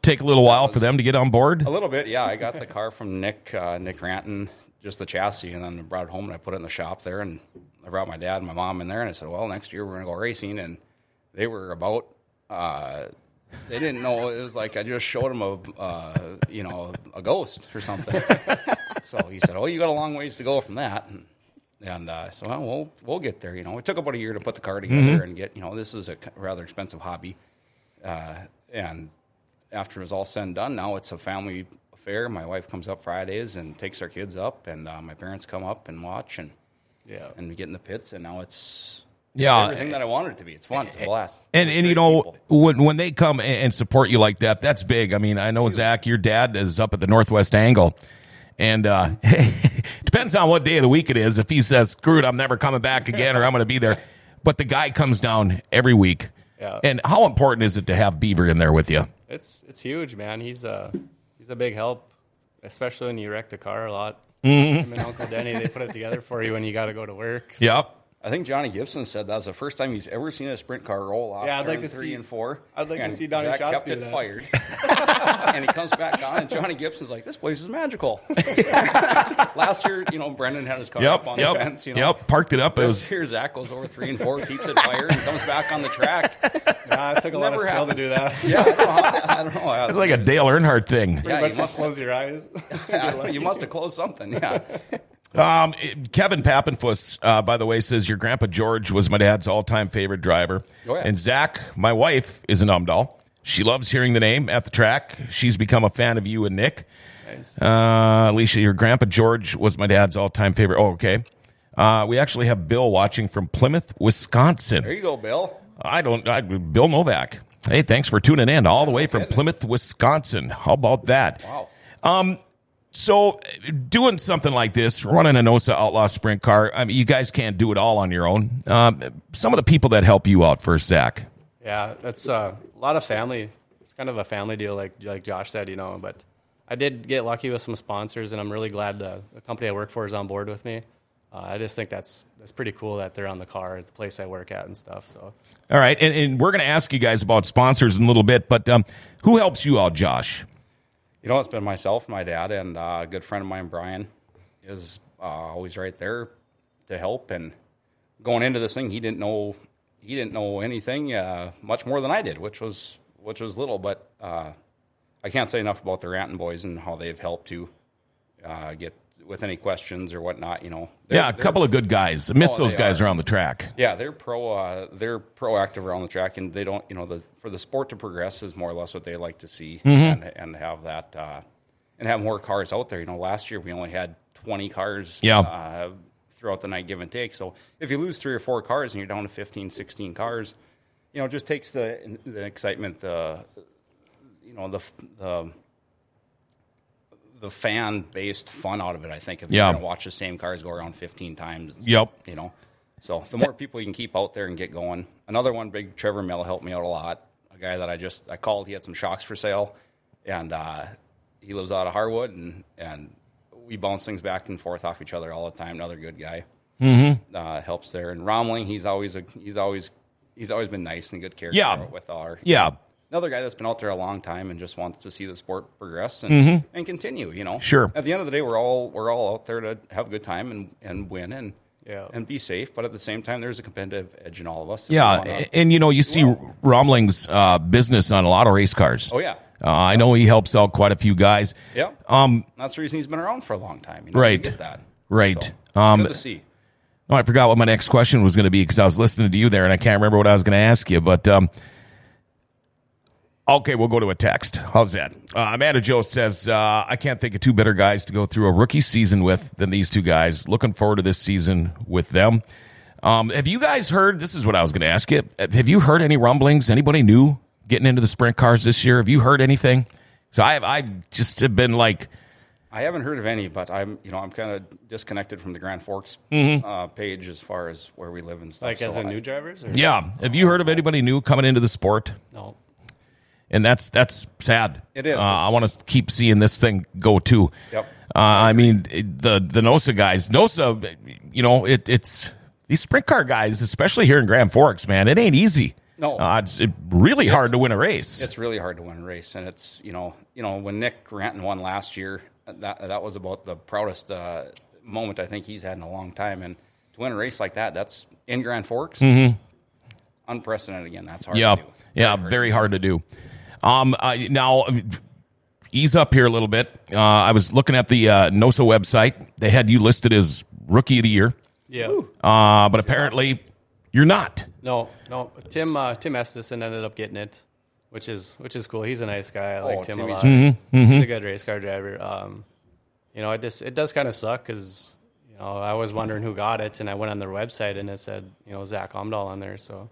S1: Take a little while for them to get on board.
S5: a little bit, yeah, I got the car from Nick uh, Nick Ranton, just the chassis, and then brought it home and I put it in the shop there, and I brought my dad and my mom in there, and I said, well, next year we're gonna go racing, and they were about. Uh, they didn't know it was like I just showed them a uh, you know a ghost or something. so he said, "Oh, you got a long ways to go from that." And, and uh, so well, we'll we'll get there. You know, it took about a year to put the car together and get. You know, this is a c- rather expensive hobby, uh, and after it was all said and done, now it's a family affair. My wife comes up Fridays and takes our kids up, and uh, my parents come up and watch and
S4: Yeah.
S5: and we get in the pits, and now it's
S4: Uh,
S1: Yeah.
S5: everything that I wanted it to be. It's fun. It's
S4: eh,
S5: a blast.
S1: And and you
S5: Great
S1: know
S5: people.
S1: when when they come and- and support you like that, that's big. I mean, I know Zach, your dad is up at the Northwest Angle, and uh, (laughs) depends on what day of the week it is. If he says, "Screw it, I'm never coming back again," or "I'm going to be there," but the guy comes down every week.
S4: Yeah.
S1: And how important is it to have Beaver in there with you?
S4: It's it's huge, man. He's a he's a big help, especially when you wreck the car a lot.
S5: Mm-hmm.
S4: Him and Uncle Denny, they put it together for you when you got to go to
S5: (laughs)
S4: work.
S1: Yep.
S5: I think Johnny Gibson said that was the first time he's ever seen a sprint car roll off.
S4: Yeah, I'd like
S5: turn
S4: to
S5: three
S4: see-
S5: and four.
S4: I'd like to
S5: And
S4: see Donnie
S5: Zach
S4: Schatz
S5: kept
S4: do
S5: it
S4: that.
S5: fired, (laughs) and he comes back on, and Johnny Gibson's like, "This place is
S4: (laughs)
S5: magical." (laughs) Last year, you know, Brendan had his car
S1: Yep.
S5: up on
S1: yep.
S5: the fence. You know,
S1: Yep. Parked it up. It
S5: (laughs)
S1: was
S5: This year, Zach goes over three and four, keeps it fired, and comes back on the track.
S4: Nah, it took a lot of
S5: Never
S4: skill to
S5: happened.
S4: do that.
S5: (laughs) Yeah, I don't know. how- I don't know.
S1: it's like a Dale Earnhardt thing.
S5: yeah,
S4: Pretty
S5: you
S4: much just
S5: must,
S4: close your eyes.
S5: (laughs) yeah, you must have closed something. Yeah.
S1: Um, it- Kevin Pappenfuss, uh, by the way, says your grandpa George was my dad's all-time favorite driver.
S5: Oh, yeah.
S1: And Zach, my wife, is an umdal. She loves hearing the name at the track. She's become a fan of you and Nick.
S4: Nice.
S1: Uh, Alicia, your grandpa George was my dad's all-time favorite. Oh, okay. Uh, we actually have Bill watching from Plymouth, Wisconsin.
S5: There you go, Bill.
S1: I don't. I, Bill Novak. Hey, thanks for tuning in all the way from Plymouth, Wisconsin. How about that?
S5: Wow.
S1: So, uh, doing something like this, running an OSA Outlaw Sprint car, I mean, you guys can't do it all on your own. Um, some of the people that help you out first, Zach.
S4: Yeah, that's uh, a lot of family. It's kind of a family deal, like like Josh said, you know. But I did get lucky with some sponsors, and I'm really glad the, the company I work for is on board with me. Uh, I just think that's that's pretty cool that they're on the car, at the place I work at, and stuff. So
S1: All right, and, and we're going to ask you guys about sponsors in a little bit, but um, who helps you out, Josh?
S5: You know, it's been myself, my dad, and uh, a good friend of mine, Brian, is uh, always right there to help. And going into this thing, he didn't know he didn't know anything uh, much more than I did, which was which was little. But uh, I can't say enough about the Ranton boys and how they've helped to uh, get with any questions or whatnot. You know, They're-
S1: yeah, a
S5: they're-
S1: couple of good guys. I miss
S5: Oh,
S1: those
S5: they
S1: guys
S5: are.
S1: around the track.
S5: yeah, they're pro. Uh, they're proactive around the track, and they don't. You know, the for the sport to progress is more or less what they like to see,
S1: Mm-hmm.
S5: and, and have that, uh, and have more cars out there. You know, last year we only had twenty cars.
S1: Yeah.
S5: Uh, throughout the night, give and take. So if you lose three or four cars and you're down to 15, 16 cars, you know, it just takes the the excitement, the you know, the f- the the fan based fun out of it. I think if
S1: Yeah.
S5: you're gonna watch the same cars go around 15 times, it's-
S1: Yep.
S5: you know. So the more people you can keep out there and get going. Another one, big Trevor Mill helped me out a lot. A guy that I just I called. He had some shocks for sale, and uh, he lives out of Harwood, and and we bounce things back and forth off each other all the time. Another good guy uh, helps there. And Romling, he's always a he's always he's always been nice and good character
S1: Yeah.
S5: with our
S1: Yeah,
S5: another guy that's been out there a long time and just wants to see the sport progress and, and continue. You know,
S1: Mm-hmm. Sure.
S5: At the end of the day, we're all we're all out there to have a good time and, and win and
S4: Yeah.
S5: and be safe. But at the same time, there's a competitive edge in all of us. if we
S1: yeah,
S5: wanna-
S1: and, and, you know you see Romling's uh, business on a lot of race cars.
S5: oh yeah,
S1: uh, I know he helps out quite a few guys.
S5: yeah.
S1: Um,
S5: that's the reason he's been around for a long time. You know,
S1: Right.
S5: you get that
S1: Right.
S5: So, it's
S1: Um,
S5: good to see.
S1: Oh, I forgot what my next question was going to be because I was listening to you there and I can't remember what I was going to ask you. But um, okay, we'll go to a text. How's that? Uh, Amanda Joe says, uh, I can't think of two better guys to go through a rookie season with than these two guys. Looking forward to this season with them. Um, have you guys heard? This is what I was going to ask you. Have you heard any rumblings? Anybody new getting into the sprint cars this year? Have you heard anything? So I, I just have been like,
S5: I haven't heard of any, but I'm you know I'm kind of disconnected from the Grand Forks
S1: Mm-hmm.
S5: uh, page as far as where we live and stuff.
S4: like as
S5: so
S4: a
S5: I-
S4: new drivers, or?
S1: yeah. Have you heard of anybody new coming into the sport?
S4: no,
S1: and that's that's sad.
S5: It is.
S1: Uh, I want to keep seeing this thing go too.
S5: Yep.
S1: Uh, I mean it- the the Nosa guys, Nosa, you know it, it's These sprint car guys, especially here in Grand Forks, man, it ain't easy.
S5: No.
S1: Uh, it's it really hard to win a race.
S5: It's really hard to win a race, and it's you know you know when Nick Granton won last year, that that was about the proudest uh, moment I think he's had in a long time. And to win a race like that, that's in Grand Forks,
S4: Mm-hmm.
S5: unprecedented again. That's hard.
S1: Yeah,
S5: to do.
S1: yeah, very hard to do. Um, uh, now ease up here a little bit. Uh, I was looking at the uh, NOSA website. They had you listed as rookie of the year,
S4: Yeah.
S1: uh, but apparently you're not.
S4: No, no. Tim uh, Tim Estison ended up getting it, which is which is cool. He's a nice guy. I like Oh, Tim
S5: Timmy's-
S4: a lot. He's a good race car driver. Um, you know, it just it does kind of suck because you know I was wondering who got it, and I went on their website and it said you know Zach Omdahl on there. So,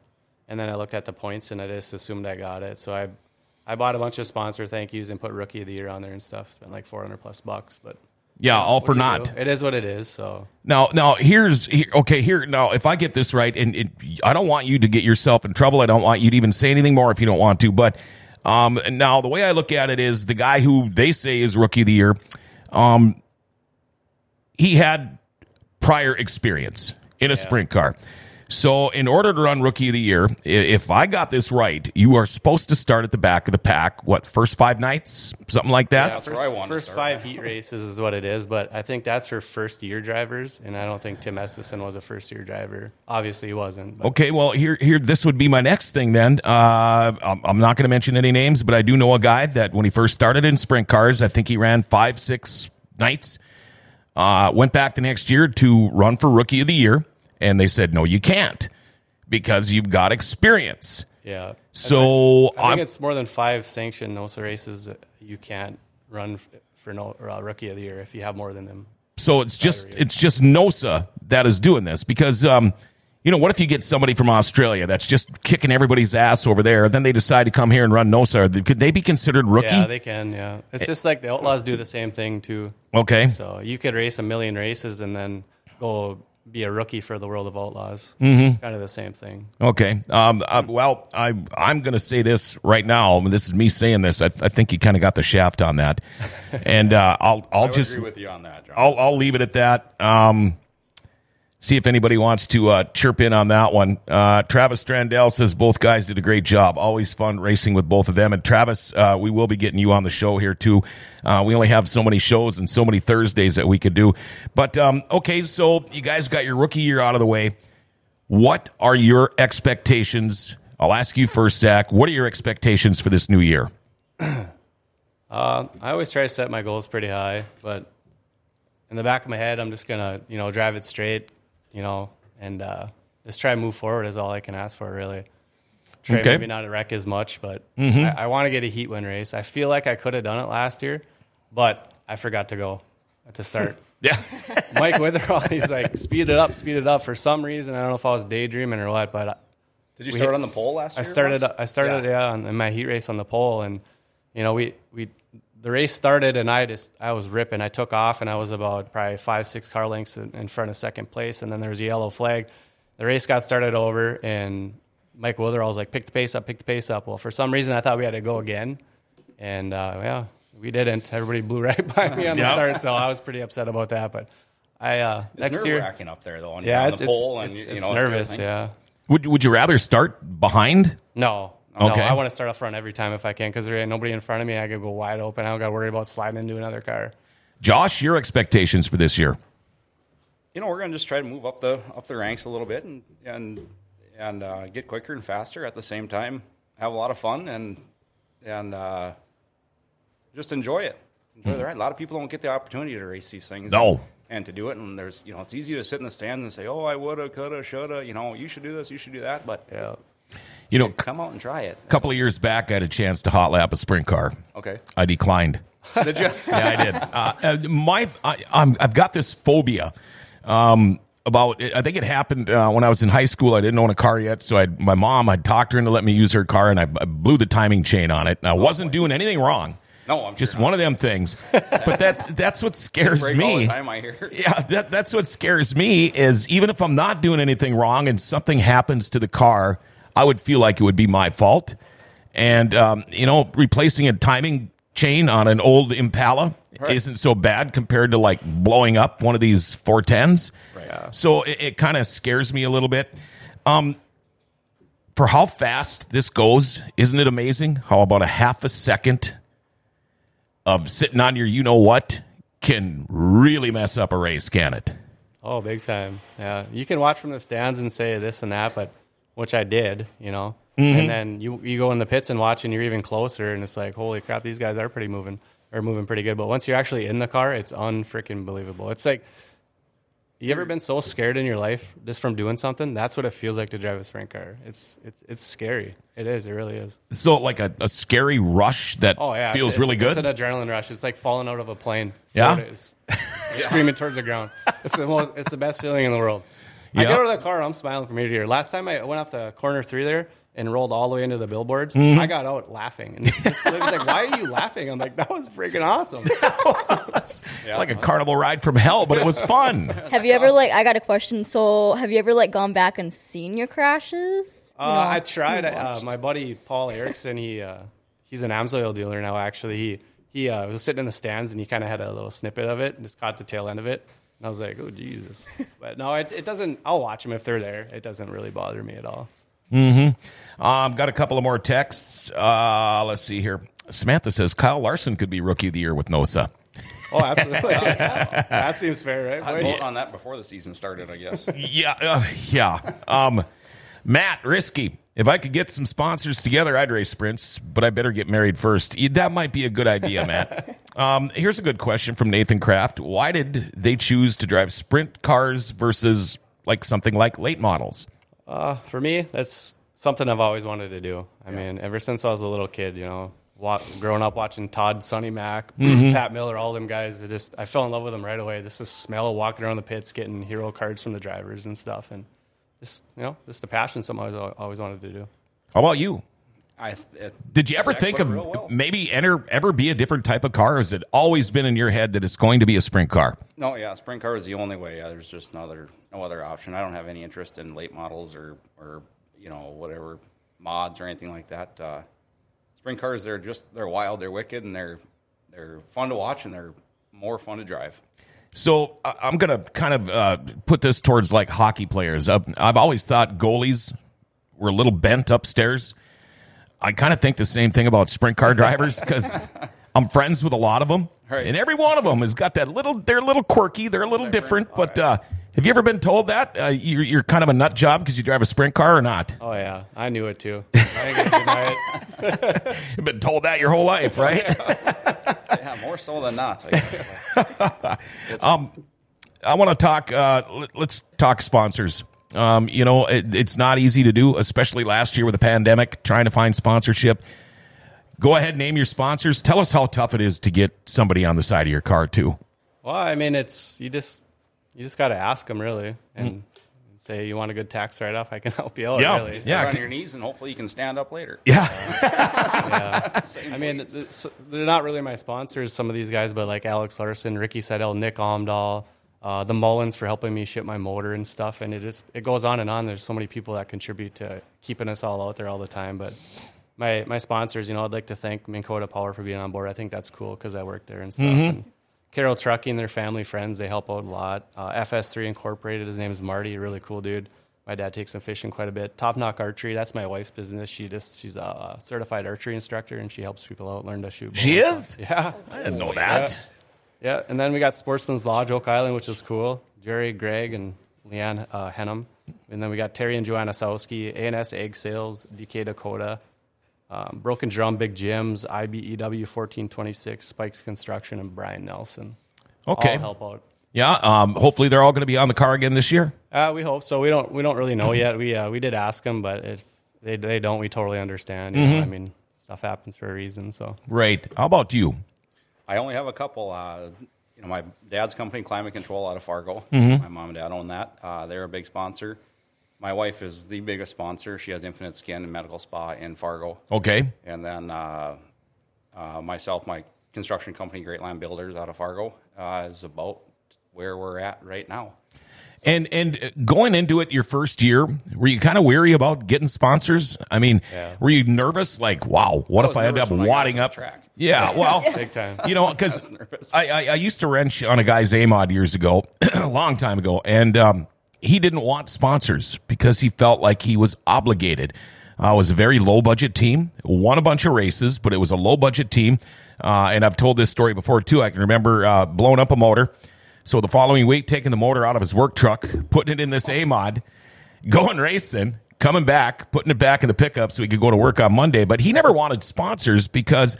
S4: and then I looked at the points and I just assumed I got it. So I I bought a bunch of sponsor thank yous and put Rookie of the Year on there and stuff. Spent like four hundred plus bucks, but
S1: Yeah, all for
S4: you know,
S1: not.
S4: It is what it is. So
S1: Now, now here's here, okay. Here now, if I get this right, and it, I don't want you to get yourself in trouble. I don't want you to even say anything more if you don't want to. But um, now, the way I look at it is the guy who they say is rookie of the year. Um, he had prior experience in a sprint car. So, in order to run rookie of the year, i- if I got this right, you are supposed to start at the back of the pack. What first five nights, something like that.
S5: That's where I wanted to
S4: First
S5: start.
S4: five heat races is what it is, but I think that's for first year drivers, and I don't think Tim Estison was a first year driver. Obviously, he wasn't. But
S1: Okay, well here here this would be my next thing then. Uh, I'm, I'm not going to mention any names, but I do know a guy that when he first started in sprint cars, I think he ran five six nights. Uh, went back the next year to run for rookie of the year, and they said no, you can't because you've got experience.
S4: yeah,
S1: So
S4: I think
S1: I'm,
S4: it's more than five sanctioned NOSA races. that You can't run f- for no or, uh, rookie of the year if you have more than them.
S1: so it's just it's just NOSA that is doing this because um, you know what if you get somebody from Australia that's just kicking everybody's ass over there, then they decide to come here and run NOSA? Could they be considered rookie?
S4: Yeah, they can. Yeah, it's just like the Outlaws do the same thing too.
S1: okay,
S4: So you could race a million races and then go be a rookie for the World of Outlaws.
S1: Mm-hmm.
S4: Kind of the same thing.
S1: Okay. Um, uh, well, I, I'm going to say this right now. and This is me saying this. I, I think you kind of got the shaft on that, and uh, I'll I'll
S5: I would
S1: just
S5: agree with you on that,
S4: Oh,
S5: John.
S1: I'll I'll leave it at that. Um, see if anybody wants to uh, chirp in on that one. Uh, Travis Strandell says both guys did a great job. Always fun racing with both of them. And Travis, uh, we will be getting you on the show here too. Uh, we only have so many shows and so many Thursdays that we could do. But um, okay, so you guys got your rookie year out of the way. What are your expectations? I'll ask you first, Zach. What are your expectations for this new year?
S4: Uh, I always try to set my goals pretty high, but in the back of my head, I'm just gonna you know drive it straight, you know, and uh, just try to move forward is all I can ask for really. Try
S1: Okay.
S4: maybe not to wreck as much, but I, I want to get a heat win race. I feel like I could have done it last year, but I forgot to go at the start.
S1: Yeah.
S4: Mike Witherall, he's like, speed it up, speed it up. For some reason, I don't know if I was daydreaming or what, but
S5: Did you
S4: we-
S5: start on the pole last
S4: I
S5: year?
S4: started. uh,
S5: once?
S4: I started. Yeah, on, in my heat race on the pole, and you know, we we the race started, and I just I was ripping. I took off, and I was about probably five six car lengths in, in front of second place, and then there was a yellow flag. The race got started over, and Mike Witherall's like, "Pick the pace up, pick the pace up." Well, for some reason, I thought we had to go again, and uh, yeah, we didn't. Everybody blew (laughs) right by me on the start, so I was pretty upset about that. But I uh,
S5: It's
S4: next
S5: nerve
S4: year,
S5: wracking up there though. And
S4: yeah,
S5: on
S4: it's
S5: the
S4: it's,
S5: pole and
S4: it's,
S5: you
S4: it's
S5: know
S4: nervous,
S5: everything.
S4: yeah.
S1: (laughs) Would Would you rather start behind?
S4: No.
S1: Okay.
S4: No, I want to start up front every time if I can because there ain't nobody in front of me. I could go wide open. I don't got to worry about sliding into another car.
S1: Josh, your expectations for this year?
S5: you know, we're going to just try to move up the up the ranks a little bit and and and uh, get quicker and faster at the same time. Have a lot of fun and and uh, just enjoy it. Enjoy the ride. A lot of people don't get the opportunity to race these things.
S1: Hmm. No.
S5: And to do it, and there's you know, it's easy to sit in the stands and say, "Oh, I woulda, coulda, shoulda." You know, you should do this, you should do that. But
S4: Yeah.
S1: You know, a
S5: come out and try it.
S1: couple of years back, I had a chance to hot lap a sprint car. (laughs)
S5: Okay.
S1: I declined.
S5: Did you?
S1: Yeah, I did. (laughs) Uh, uh, my, I, I'm, I've got this phobia um, about. I think it happened uh, when I was in high school. I didn't own a car yet, so I, my mom, I talked her into let me use her car, and I, I blew the timing chain on it. And I wasn't doing anything wrong.
S5: No, I'm
S1: just
S5: sure not.
S1: one of them things. but that that's what scares
S5: Break
S1: me.
S5: all the time I hear.
S1: (laughs) Yeah, that, that's what scares me is even if I'm not doing anything wrong and something happens to the car, I would feel like it would be my fault. And, um, you know, replacing a timing chain on an old Impala isn't so bad compared to like blowing up one of these 410s.
S5: Right. Yeah.
S1: So it, it kind of scares me a little bit. Um, for how fast this goes, isn't it amazing? How about a half a second of sitting on your you know what can really mess up a race, can it?
S4: Oh, big time. Yeah. You can watch from the stands and say this and that, but which I did, you know. And then you, you go in the pits and watch and you're even closer and it's like, holy crap, these guys are pretty moving are moving pretty good. But once you're actually in the car, it's unfreaking believable. It's like you ever been so scared in your life just from doing something? That's what it feels like to drive a sprint car. It's it's it's scary. It is, it really is.
S1: So like a, a scary rush that
S4: Oh yeah,
S1: feels
S4: it's,
S1: really
S4: it's-
S1: good.
S4: It's an adrenaline rush. It's like falling out of a plane.
S1: Yeah?
S4: Florida is (laughs) screaming towards the ground. It's the most. It's the best feeling in the world. I
S1: Yeah.
S4: get out of the car. I'm smiling from ear to ear. Last time I went off the corner three there and rolled all the way into the billboards,
S1: Mm-hmm.
S4: I got out laughing. And this, this lady was like, "Why are you laughing?" I'm like, "That was freaking awesome."
S1: like a carnival ride from hell, but it was fun.
S4: (laughs)
S2: Have you ever like? I got a question. So, have you ever like gone back and seen your crashes?
S4: Uh, I tried. Uh, my buddy Paul Erickson, he uh, he's an Amsoil dealer now. Actually, he he uh, was sitting in the stands and he kind of had a little snippet of it and just caught the tail end of it. And I was like,
S5: (laughs)
S4: oh Jesus! But no, it, it doesn't. I'll watch them if they're there. It doesn't really bother me at all.
S1: Um, got a couple of more texts. Uh, let's see here. Samantha says Kyle Larson could be rookie of the year with NOSA.
S5: (laughs)
S4: Oh, absolutely. That seems fair,
S5: I
S4: right? boys?
S5: vote on that before the season started,
S1: (laughs)
S5: I guess.
S1: Yeah, uh, yeah. Um, Matt Risky. If I could get some sponsors together, I'd race sprints, but I better get married first. Y- That might be a good idea,
S4: (laughs)
S1: Matt. um, here's a good question from Nathan Kraft. Why did they choose to drive sprint cars versus like something like late models?
S4: Uh, for me, that's something I've always wanted to do. I mean, ever since I was a little kid, you know, wa- growing up watching Todd, Sonny Mac, Pat Miller, all them guys, I just I fell in love with them right away. Just the smell of walking around the pits, getting hero cards from the drivers and stuff, and just you know, just the passion. Something I was, al- always wanted to do.
S1: How about you?
S5: I, it,
S1: Did you ever
S5: Zach
S1: think
S5: put
S1: of
S5: it real well.
S1: maybe enter ever be a different type of car? Or has it always been in your head that it's going to be a sprint car?
S5: No, yeah, sprint car is the only way. Yeah, there's just no other, no other option. I don't have any interest in late models or, or you know, whatever mods or anything like that. Uh, sprint cars, they're just they're wild, they're wicked, and they're they're fun to watch, and they're more fun to drive. (laughs)
S1: So I- I'm gonna kind of uh, put this towards like hockey players. I've, I've always thought goalies were a little bent upstairs. I kind of think the same thing about sprint car drivers
S5: (laughs)
S1: because I'm friends with a lot of them,
S5: Right.
S1: and every one of them has got that little. They're a little quirky. They're a little different. But uh, have you ever been told that uh, you're, you're kind of a nut job because you drive a sprint car or not?
S4: Oh yeah, I knew it too. I ain't gonna deny it.
S1: You've been told that your whole
S5: (laughs)
S1: life, right?
S5: Yeah, more so than not. I guess.
S1: I want to talk. Uh, let- let's talk sponsors. Um, you know, it, it's not easy to do, especially last year with the pandemic, trying to find sponsorship. Go ahead, name your sponsors. Tell us how tough it is to get somebody on the side of your car too.
S4: Well, I mean, it's you just you just got to ask them really and say you want a good tax write off. I can help you out.
S1: Yeah.
S4: really.
S1: Yeah,
S5: Get on
S1: c-
S5: your knees, and hopefully you can stand up later.
S1: Yeah,
S4: I mean, it's- it's- they're not really my sponsors, some of these guys, but like Alex Larson, Ricky Seidel, Nick Omdahl, uh, the Mullins for helping me ship my motor and stuff. And it just it goes on and on. There's so many people that contribute to keeping us all out there all the time. But my my sponsors, you know, I'd like to thank Minn Kota Power for being on board. I think that's cool because I work there and stuff. And Carol Trucking, their family friends, they help out a lot. Uh, FS3 Incorporated, his name is Marty, a really cool dude. My dad takes him fishing quite a bit. Top Knock Archery, that's my wife's business. She just she's a certified archery instructor and she helps people out learn to shoot.
S1: she
S4: bows.
S1: is. Yeah, I didn't know that.
S4: Yeah, and then we got Sportsman's Lodge, Oak Island, which is cool. Jerry, Greg, and Leanne uh, Henham. And then we got Terry and Joanna Sowski, A&S Egg Sales, DK Dakota, um, Broken Drum, Big Jim's, E IBEW 1426, Spikes Construction, and Brian Nelson.
S1: Okay.
S4: All help out.
S1: Yeah. Um, hopefully, they're all going to be on the car again this year.
S4: Uh, we hope so. We don't we don't really (clears throat) know yet. We uh, we did ask them, but if they they don't, we totally understand. You know, I mean, stuff happens for a reason. So
S1: Right. How about you?
S5: I only have a couple. Uh, you know, my dad's company, Climate Control, out of Fargo. My mom and dad own that. Uh, they're a big sponsor. My wife is the biggest sponsor. She has Infinite Skin and Medical Spa in Fargo.
S1: Okay.
S5: And then uh, uh, myself, my construction company, Great Land Builders, out of Fargo, uh, is about where we're at right now.
S1: And and going into it your first year, were you kind of weary about getting sponsors? I mean, were you nervous? Like, wow, what if
S5: was
S1: I end
S5: nervous
S1: up
S5: when I got
S1: wadding
S5: off
S1: up?
S5: the track.
S1: Yeah,
S5: (laughs)
S1: well,
S4: Big time.
S1: (laughs) you know, because
S5: was nervous.
S1: I, I I used to wrench on a guy's AMOD years ago, (clears throat) a long time ago, and um, he didn't want sponsors because he felt like he was obligated. Uh, it was a very low budget team, won a bunch of races, but it was a low budget team. Uh, and I've told this story before too. I can remember uh, blowing up a motor. So the following week, taking the motor out of his work truck, putting it in this AMOD, going racing, coming back, putting it back in the pickup so he could go to work on Monday. But he never wanted sponsors because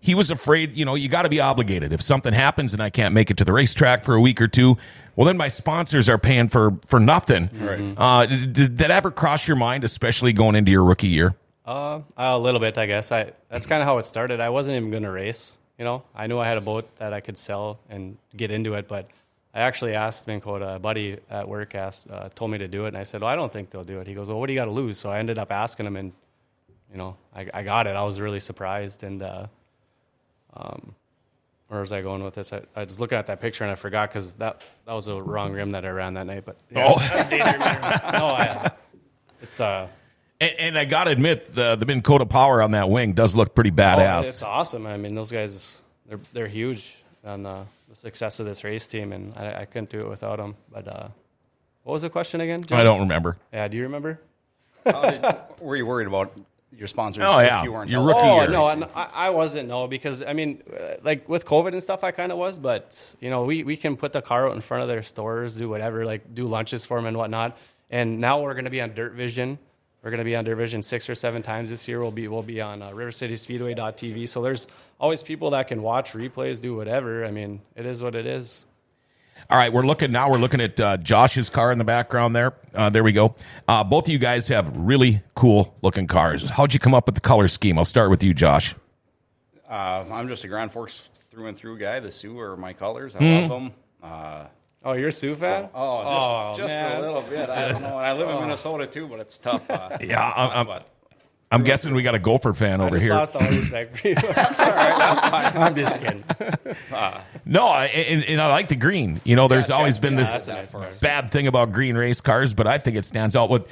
S1: he was afraid, you know, you got to be obligated. If something happens and I can't make it to the racetrack for a week or two, well, then my sponsors are paying for for nothing. Right. Uh, did that ever cross your mind, especially going into your rookie year?
S4: Uh, a little bit, I guess. I that's kind of how it started. I wasn't even gonna race. You know, I knew I had a boat that I could sell and get into it, but I actually asked Minn Kota. A buddy at work asked, uh, told me to do it, and I said, "Well, I don't think they'll do it." He goes, "Well, what do you got to lose?" So I ended up asking him, and you know, I, I got it. I was really surprised, and uh, um, where was I going with this? I, I was looking at that picture and I forgot because that that was the wrong rim that I ran that night. But yeah,
S1: Oh,
S4: no, I, it's uh,
S1: and, and I got to admit, the the Minn Kota power on that wing does look pretty
S4: Oh,
S1: badass.
S4: It's awesome. I mean, those guys, they're they're huge on the, the success of this race team, and I, I couldn't do it without them. But uh, what was the question again? Jim?
S1: I don't remember.
S4: Yeah, do you remember?
S5: Were you worried about your sponsors?
S1: Oh,
S5: if
S1: yeah.
S5: you weren't
S1: Your
S5: out?
S1: rookie
S5: Oh,
S1: year.
S4: no, and I, I wasn't. No, because I mean, uh, like with COVID and stuff, I kind of was. But you know, we we can put the car out in front of their stores, do whatever, like do lunches for them and whatnot. And now we're going to be on Dirt Vision. We're going to be on Dirt Vision six or seven times this year. We'll be we'll be on uh, RiverCitySpeedway.tv. So there's always people that can watch replays, do whatever. I mean, it is what it is.
S1: All right, we're looking now. We're looking at uh, Josh's car in the background there. Uh, there we go. Uh, both of you guys have really cool looking cars. How'd you come up with the color scheme? I'll start with you, Josh.
S5: Uh, I'm just a Grand Forks through and through guy. The Sioux are my colors. I
S1: Hmm.
S5: love them. Uh,
S4: Oh, you're a Sioux fan?
S5: oh, just, just a
S4: man.
S5: little bit. I don't know. And I live (laughs) in Minnesota too, but it's tough. Uh,
S1: Yeah, I'm, I'm,
S5: but
S1: I'm guessing we got a Gopher fan
S4: I
S1: over
S4: just
S1: here.
S4: lost all respect for you. (laughs) That's all right. (laughs) I'm just kidding.
S1: No, I, and, and I like the green. You know, (laughs) there's always been
S4: Yeah,
S1: this
S4: that's a nice car.
S1: (laughs) bad thing about green race cars, but I think it stands out with.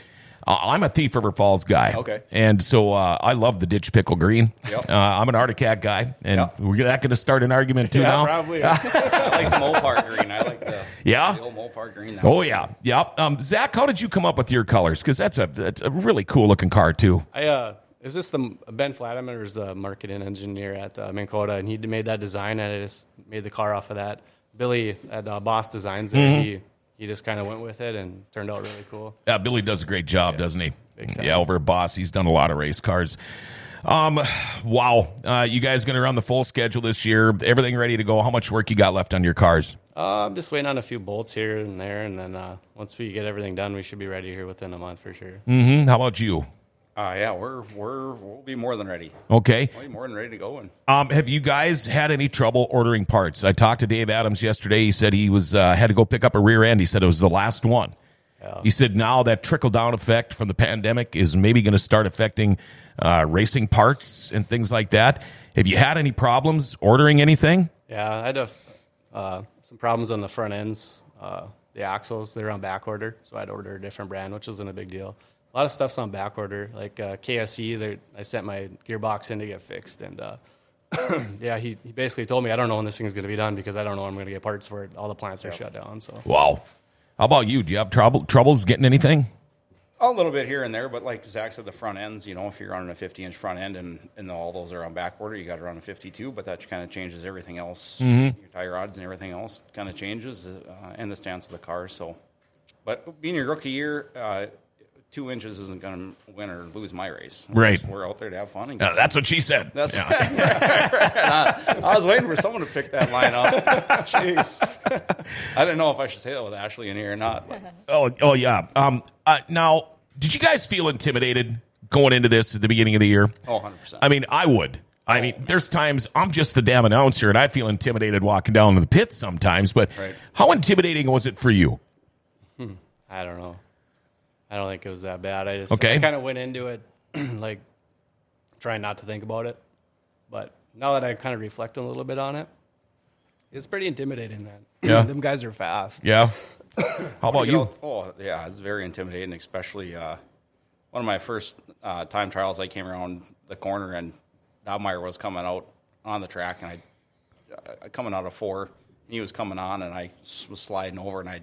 S1: Uh, I'm a Thief River Falls guy.
S5: Okay.
S1: And so uh, I love the Ditch Pickle Green.
S5: Yep.
S1: Uh, I'm an Articat guy, and
S5: Yep.
S1: we're not going to start an argument too
S4: Yeah,
S1: now.
S4: (laughs) probably.
S5: I like the Mopar green. I like the
S1: Yeah?
S5: the old Mopar green. That
S1: Oh yeah, yeah. Um, Zach, how did you come up with your colors? Because that's a that's a really cool looking car too.
S4: I uh, is this the Ben Flatiman or is the marketing engineer at uh, Minn Kota, and he made that design, and I just made the car off of that. Billy at uh, Boss Designs, there, he he just kind of went with it and turned out really cool.
S1: Uh, Billy does a great job, doesn't he?
S4: Big time.
S1: Yeah, over at Boss, he's done a lot of race cars. Um, wow. Uh, you guys going to run the full schedule this year? Everything ready to go? How much work you got left on your cars?
S4: Uh, I'm just waiting on a few bolts here and there, and then uh, once we get everything done, we should be ready here within a month for sure.
S1: Mm-hmm. How about you?
S5: Uh, yeah, we're we're we'll be more than ready.
S1: Okay.
S5: We'll be more than ready to go. And
S1: Um, have you guys had any trouble ordering parts? I talked to Dave Adams yesterday. He said he was uh, had to go pick up a rear end. He said it was the last one. He said now that trickle down effect from the pandemic is maybe going to start affecting uh, racing parts and things like that. Have you had any problems ordering anything?
S4: Yeah, I had a, uh, some problems on the front ends. Uh, the axles, they're on back order, so I'd order a different brand, which wasn't a big deal. A lot of stuff's on back order, like uh, KSE. they're- I sent my gearbox in to get fixed, and uh, (clears throat) yeah, he, he basically told me I don't know when this thing's going to be done because I don't know when I'm going to get parts for it. All the plants are shut down, so
S1: Wow. How about you? Do you have trouble troubles getting anything?
S5: a little bit here and there, but like Zach said, the front ends. You know, if you're running a 50 inch front end and and all those are on back order, you got to run a 52. But that kind of changes everything else.
S1: Mm-hmm.
S5: Your tie rods and everything else kind of changes, uh, and the stance of the car. So, but being your rookie year. Uh, Two inches isn't going to win or lose my race.
S1: Right.
S5: we're out there to have fun. And
S1: Uh, that's what she said.
S5: That's-
S1: Yeah.
S5: I was waiting for someone to pick that line up. (laughs) Jeez. I didn't know if I should say that with Ashley in here or not. but-
S1: (laughs) Oh, oh yeah. Um, uh, now, did you guys feel intimidated going into this at the beginning of the year?
S5: Oh, 100%.
S1: I mean, I would. I mean, there's times I'm just the damn announcer, and I feel intimidated walking down to the pit sometimes. But
S5: Right.
S1: how intimidating was it for you?
S4: I don't know. I don't think it was that bad. I just
S1: Okay.
S4: kind of went into it (clears throat) like trying not to think about it. But now that I kind of reflect a little bit on it, it's pretty intimidating. That (clears throat)
S1: Yeah.
S4: them guys are fast.
S1: Yeah, How about you?
S5: Oh, yeah, it's very intimidating, especially uh, one of my first uh, time trials. I came around the corner and Dobmeyer was coming out on the track, and I uh, coming out of four. He was coming on, and I s- was sliding over, and I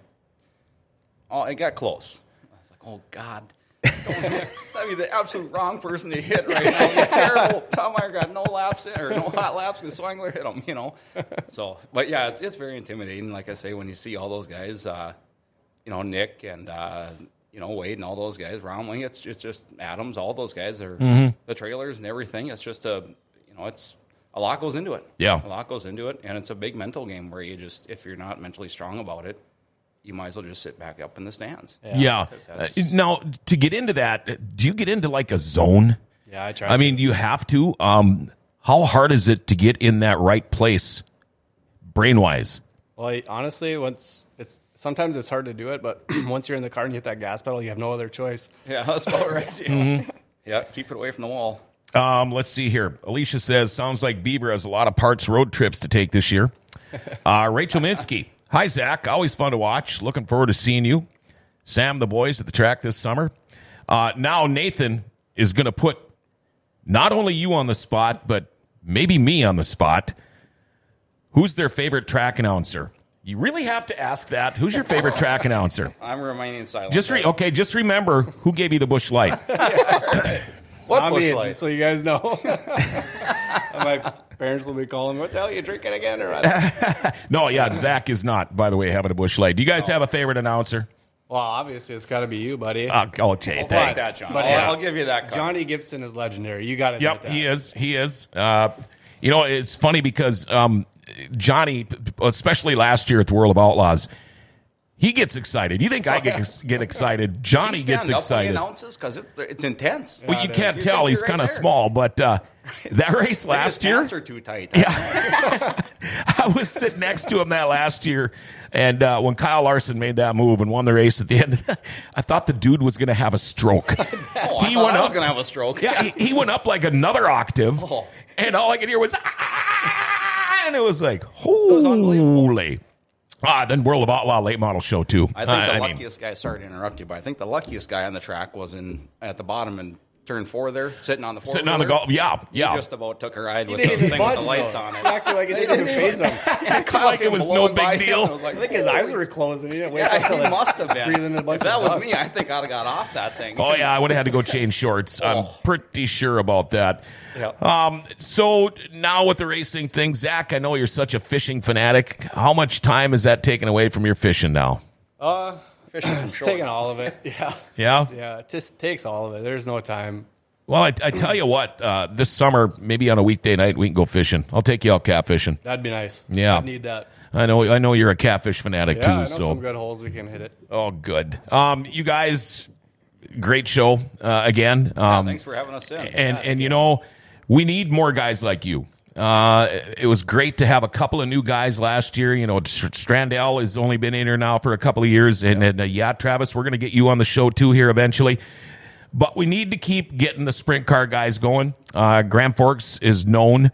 S5: oh, it got close. I was like, oh God. (laughs) That'd be the absolute wrong person to hit right now. It's terrible. Tom Meyer got no laps in or no hot laps because Swangler hit him, you know. So, but yeah, it's, it's very intimidating. Like I say, when you see all those guys, uh, you know, Nick and, uh, you know, Wade and all those guys, Romley, it's just, just Adams, all those guys are the trailers and everything. It's just a, you know, it's a lot goes into it.
S1: Yeah.
S5: A lot goes into it. And it's a big mental game where you just, if you're not mentally strong about it, you might as well just sit back up in the stands.
S1: Yeah. Uh, now, to get into that, do you get into like a zone?
S4: Yeah, I tried.
S1: I mean, you have to. Um, how hard is it to get in that right place, brain wise?
S4: Well, I- honestly, once it's sometimes it's hard to do it, but (clears throat) once you're in the car and you hit that gas pedal, you have no other choice.
S5: (laughs) Yeah, that's about
S1: (laughs)
S5: right. Yeah.
S1: Mm-hmm.
S5: yeah, keep it away from the wall.
S1: Um, let's see here. Alicia says, sounds like Bieber has a lot of parts road trips to take this year. Uh, Rachel Minsky. Hi, Zach. Always fun to watch. Looking forward to seeing you. Sam, the boys at the track this summer. Uh, now, Nathan is going to put not only you on the spot, but maybe me on the spot. Who's their favorite track announcer? You really have to ask that. Who's your favorite track announcer?
S5: I'm remaining silent.
S1: Just re- okay. Just remember who gave you the bush light.
S5: what
S4: I mean,
S5: bushlight?
S4: just so you guys know, (laughs) my parents will be calling. What the hell you drinking again?
S1: (laughs)
S4: Or I-
S1: No, yeah, Zach is not, by the way, having a bush light. Do you guys have a favorite announcer?
S4: well, obviously it's got to be you, buddy.
S1: Uh, oh, Jay,
S5: Like
S1: thanks.
S5: that, John.
S4: But
S5: I'll,
S4: yeah.
S5: I'll give you that. Card.
S4: Johnny Gibson is legendary. You got to.
S1: Yep, he is. He is. Uh, you know, it's funny because um, Johnny, especially last year at the World of Outlaws, he gets excited. You think
S5: Oh,
S1: I get, get excited?
S5: Can
S1: Johnny
S5: you
S1: gets
S5: stand up when he uh,
S1: excited.
S5: announces because it, it's intense.
S1: Well, you can't
S5: You
S1: tell.
S5: think
S1: He's
S5: you're
S1: kind of
S5: right there.
S1: small, but uh, that race
S5: His
S1: last year.
S5: pants are too tight. Yeah.
S1: (laughs) I was sitting next to him that last year, and uh, when Kyle Larson made that move and won the race at the end, (laughs) I thought the dude was going to have a stroke.
S5: (laughs) Oh, I
S1: He
S5: thought
S1: went
S5: I was
S1: up-
S5: going to have a stroke.
S1: yeah, he, he went up like another octave,
S5: Oh.
S1: and all I could hear was, "Ah!" and it was like,
S5: was unbelievable.
S1: holy. Ah, then World of Outlaw late model show too.
S5: I think
S1: Uh,
S5: the
S1: mean,
S5: luckiest guy. Sorry to interrupt you, but I think the luckiest guy on the track was in at the bottom and turn four there, sitting on the four
S1: sitting on the golf. Yeah, yeah.
S5: He just about took a ride with the thing with the lights on it.
S4: Acting like it
S5: (laughs)
S4: (laughs) didn't even phase him.
S5: And Kyle
S1: Like (laughs) it
S5: came
S1: was no
S5: blowing
S1: big
S5: by him,
S1: deal.
S5: and I was like,
S4: I think his eyes were closed and he didn't wake up
S5: Yeah,
S4: till
S5: he
S4: it-
S5: must have been.
S4: breathing in a bunch
S5: if that
S4: of
S5: was
S4: dust.
S5: me, I think I'd have got off that thing.
S1: Oh yeah, I would have had to
S5: (laughs)
S1: go change shorts. I'm
S5: Oh.
S1: pretty sure about that.
S5: Yep.
S1: Um, so now with the racing thing, Zach, I know you're such a fishing fanatic. How much time is that taking away from your fishing now?
S4: Uh,
S5: Fishing from
S4: it's
S5: shore.
S4: taking all of it. (laughs) Yeah.
S1: Yeah.
S4: Yeah. It just takes all of it. There's no time.
S1: Well, I, I tell you what, uh, this summer, maybe on a weekday night, we can go fishing. I'll take you out catfishing.
S4: That'd be nice.
S1: Yeah.
S4: I need that.
S1: I know, I know you're a catfish fanatic
S4: Yeah,
S1: too.
S4: I know
S1: so
S4: some good holes we can hit it.
S1: oh, good. Um, you guys, great show uh, again. Um,
S5: Thanks for having us in.
S1: and and you know we need more guys like you. Uh, it was great to have a couple of new guys last year. You know, Str- Strandell has only been in here now for a couple of years, and, and uh, yeah, Travis, we're going to get you on the show too here eventually. But we need to keep getting the sprint car guys going. Uh, Grand Forks is known,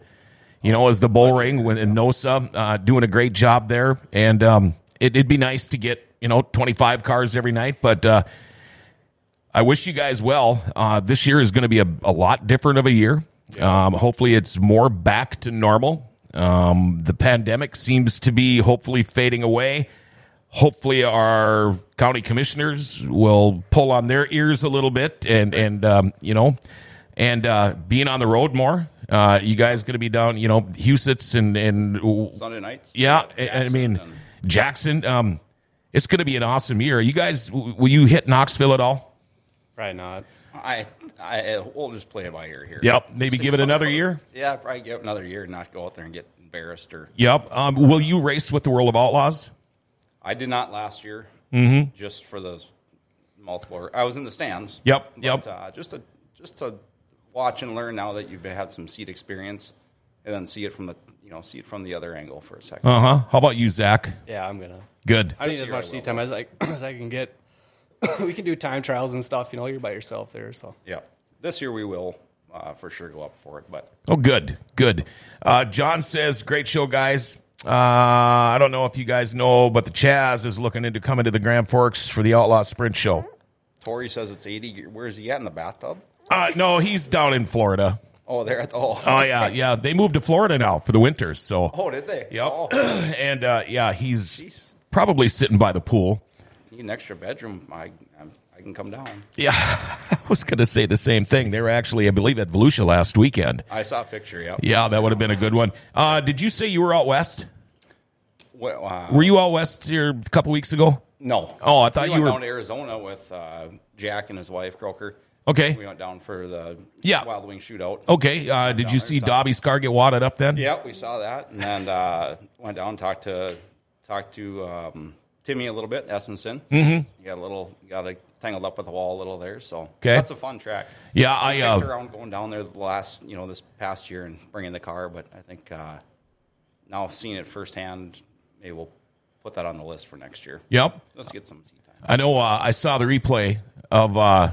S1: you know, as the bull ring when in NOSA, uh, doing a great job there, and um, it, it'd be nice to get you know twenty five cars every night, but. Uh, I wish you guys well. Uh, this year is going to be a, a lot different of a year. Um, hopefully, it's more back to normal. Um, the pandemic seems to be hopefully fading away. Hopefully, our county commissioners will pull on their ears a little bit, and and um, you know, and uh, being on the road more. Uh, you guys going to be down, you know, Husitz and and
S5: Sunday nights.
S1: yeah, I- I
S5: Jackson
S1: mean
S5: and-
S1: Jackson. Um, it's going to be an awesome year. You guys, w- will you hit Knoxville at all?
S4: Probably not.
S5: I, I, we'll just play it by ear here.
S1: Yep. Maybe
S5: See
S1: give it
S5: how
S1: another
S5: goes.
S1: year.
S5: Yeah, probably give it another year and not go out there and get embarrassed. Or
S1: Yep. Um, will you race with the World of Outlaws?
S5: I did not last year. Mm-hmm. Just for those multiple. I was in the stands.
S1: Yep,
S5: But,
S1: yep.
S5: Uh, just to just to watch and learn now that you've had some seat experience, and then see it from the you know see it from the other angle for a second.
S1: Uh huh. How about you, Zach?
S4: Yeah, I'm gonna.
S1: Good.
S4: I need
S5: year
S4: as
S5: I
S4: much seat
S5: will.
S4: time as I (coughs) as I can get. we can do time trials and stuff. You know, you're by yourself there, so
S5: Yeah. This year we will uh, for sure go up for it, but
S1: Oh, good. Good. Uh, John says, "Great show, guys." Uh, I don't know if you guys know, but the Chaz is looking into coming to the Grand Forks for the Outlaw Sprint Show.
S5: Tori says it's 80. Where is he at in the bathtub?
S1: Uh, no, he's down in Florida.
S5: Oh, there at the. Oh,
S1: Oh yeah, yeah. They moved to Florida now for the winters. So
S5: (laughs) oh did they?
S1: Yep. (clears throat)
S5: Oh,
S1: and uh, yeah, he's probably sitting by the pool.
S5: need an extra bedroom. I, I'm, I can come down.
S1: Yeah, (laughs) I was going to say the same thing. They were actually, I believe, at Volusia last weekend.
S5: I saw a picture, yep.
S1: Yeah, that would have been a good one. Uh, did you say you were out west?
S5: Well, uh,
S1: Were you out west here a couple weeks ago?
S5: No.
S1: Oh, I thought
S5: we
S1: you
S5: went
S1: were-
S5: down to Arizona with uh, Jack and his wife Croker.
S1: Okay.
S5: We went down for the
S1: Yeah.
S5: Wild Wing shootout.
S1: Okay. Uh, did you see Dobby's car get wadded up then?
S5: Yeah, we saw that, and then uh, went down and talked to talked to um, Timmy a little bit, Essenson. Mm-hmm. You got a little, you got a, tangled up with the wall a little there, so
S1: 'Kay.
S5: that's a fun track.
S1: Yeah, I.
S5: I picked
S1: Uh,
S5: around going down there the last, you know, this past year and bringing the car, but I think uh, now I've seen it firsthand. Maybe we'll put that on the list for next year.
S1: yep.
S5: Let's get some seat time.
S1: I know. Uh, I saw the replay of uh,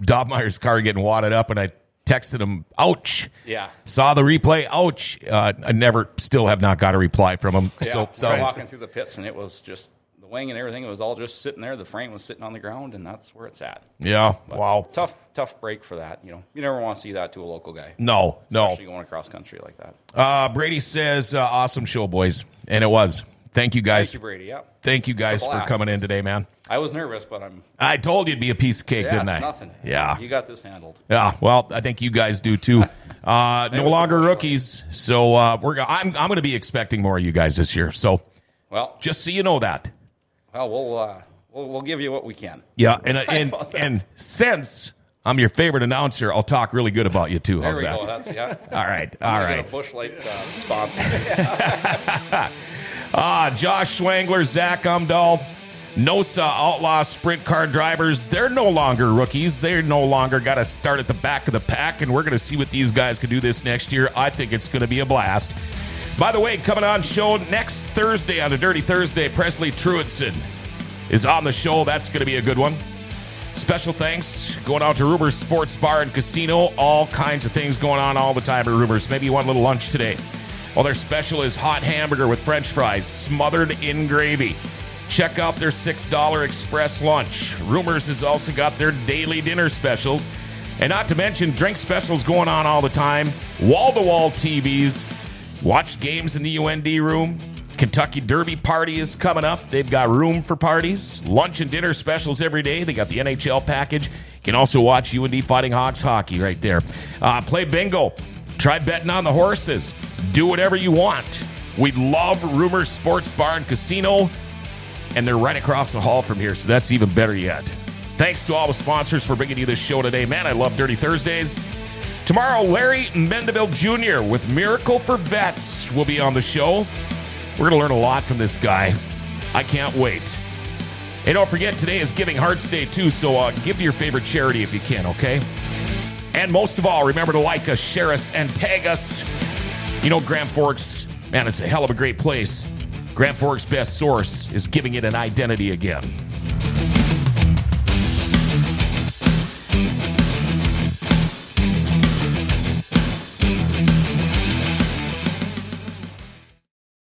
S1: Dobmeyer's car getting wadded up, and I texted him, "Ouch."
S5: Yeah.
S1: Saw the replay. Ouch. Uh, I never, still have not got a reply from him.
S5: Yeah,
S1: so,
S5: we
S1: so
S5: were walking through the pits, and it was just the wing and everything. It was all just sitting there. The frame was sitting on the ground, and that's where it's at.
S1: yeah.
S5: But
S1: Wow.
S5: tough, tough break for that. You know, you never want to see that to a local guy,
S1: No, no.
S5: especially going across country like that.
S1: Uh, Brady says, uh, awesome show, boys. And it was. Thank you guys.
S5: Thank you, Brady. Yeah,
S1: Thank you guys
S5: It's a
S1: for
S5: blast.
S1: coming in today, man.
S5: I was nervous, but I'm.
S1: I told you it'd be a piece of cake,
S5: Yeah,
S1: didn't
S5: it's
S1: I?
S5: nothing.
S1: Yeah.
S5: you got this handled.
S1: Yeah, well, I think you guys do
S5: (laughs)
S1: too. Uh, no
S5: was the
S1: longer
S5: first one.
S1: rookies, so uh, we're. go- I'm. I'm going to be expecting more of you guys this year. So
S5: Well,
S1: just so you know that.
S5: well, we'll uh, we'll, we'll give you what we can.
S1: Yeah,
S5: (laughs)
S1: and and
S5: about that.
S1: and since I'm your favorite announcer, I'll talk really good about you too.
S5: There
S1: How's
S5: we
S1: that?
S5: go. That's yeah.
S1: All right, (laughs) all
S5: I
S1: right.
S5: got a bush light uh, sponsor.
S1: Ah, Josh Swangler, Zach Umdahl, NOSA Outlaw Sprint Car drivers. They're no longer rookies. They're no longer got to start at the back of the pack, and we're going to see what these guys can do this next year. I think it's going to be a blast. By the way, coming on show next Thursday on a Dirty Thursday, Presley Truittson is on the show. That's going to be a good one. Special thanks going out to Ruber's Sports Bar and Casino. All kinds of things going on all the time at Ruber's. Maybe you want a little lunch today. Well, their special is hot hamburger with french fries smothered in gravy. Check out their $6 express lunch. Rumors has also got their daily dinner specials. And not to mention drink specials going on all the time. Wall to wall TVs. Watch games in the UND room. Kentucky Derby party is coming up. They've got room for parties, lunch and dinner specials every day. They got the NHL package. You can also watch UND Fighting Hawks hockey right there. Uh, play bingo. Try betting on the horses. Do whatever you want. We love Rumor Sports Bar and Casino and they're right across the hall from here, so that's even better yet. Thanks to all the sponsors for bringing you this show today. Man, I love Dirty Thursdays. Tomorrow, Larry Mendeville Jr. with Miracle for Vets will be on the show. We're going to learn a lot from this guy. I can't wait. And don't forget, today is Giving Hearts Day, too, so uh, give to your favorite charity if you can, okay? And most of all, remember to like us, share us, and tag us. You know, Grand Forks, man, it's a hell of a great place. Grand Forks' best source is giving it an identity again.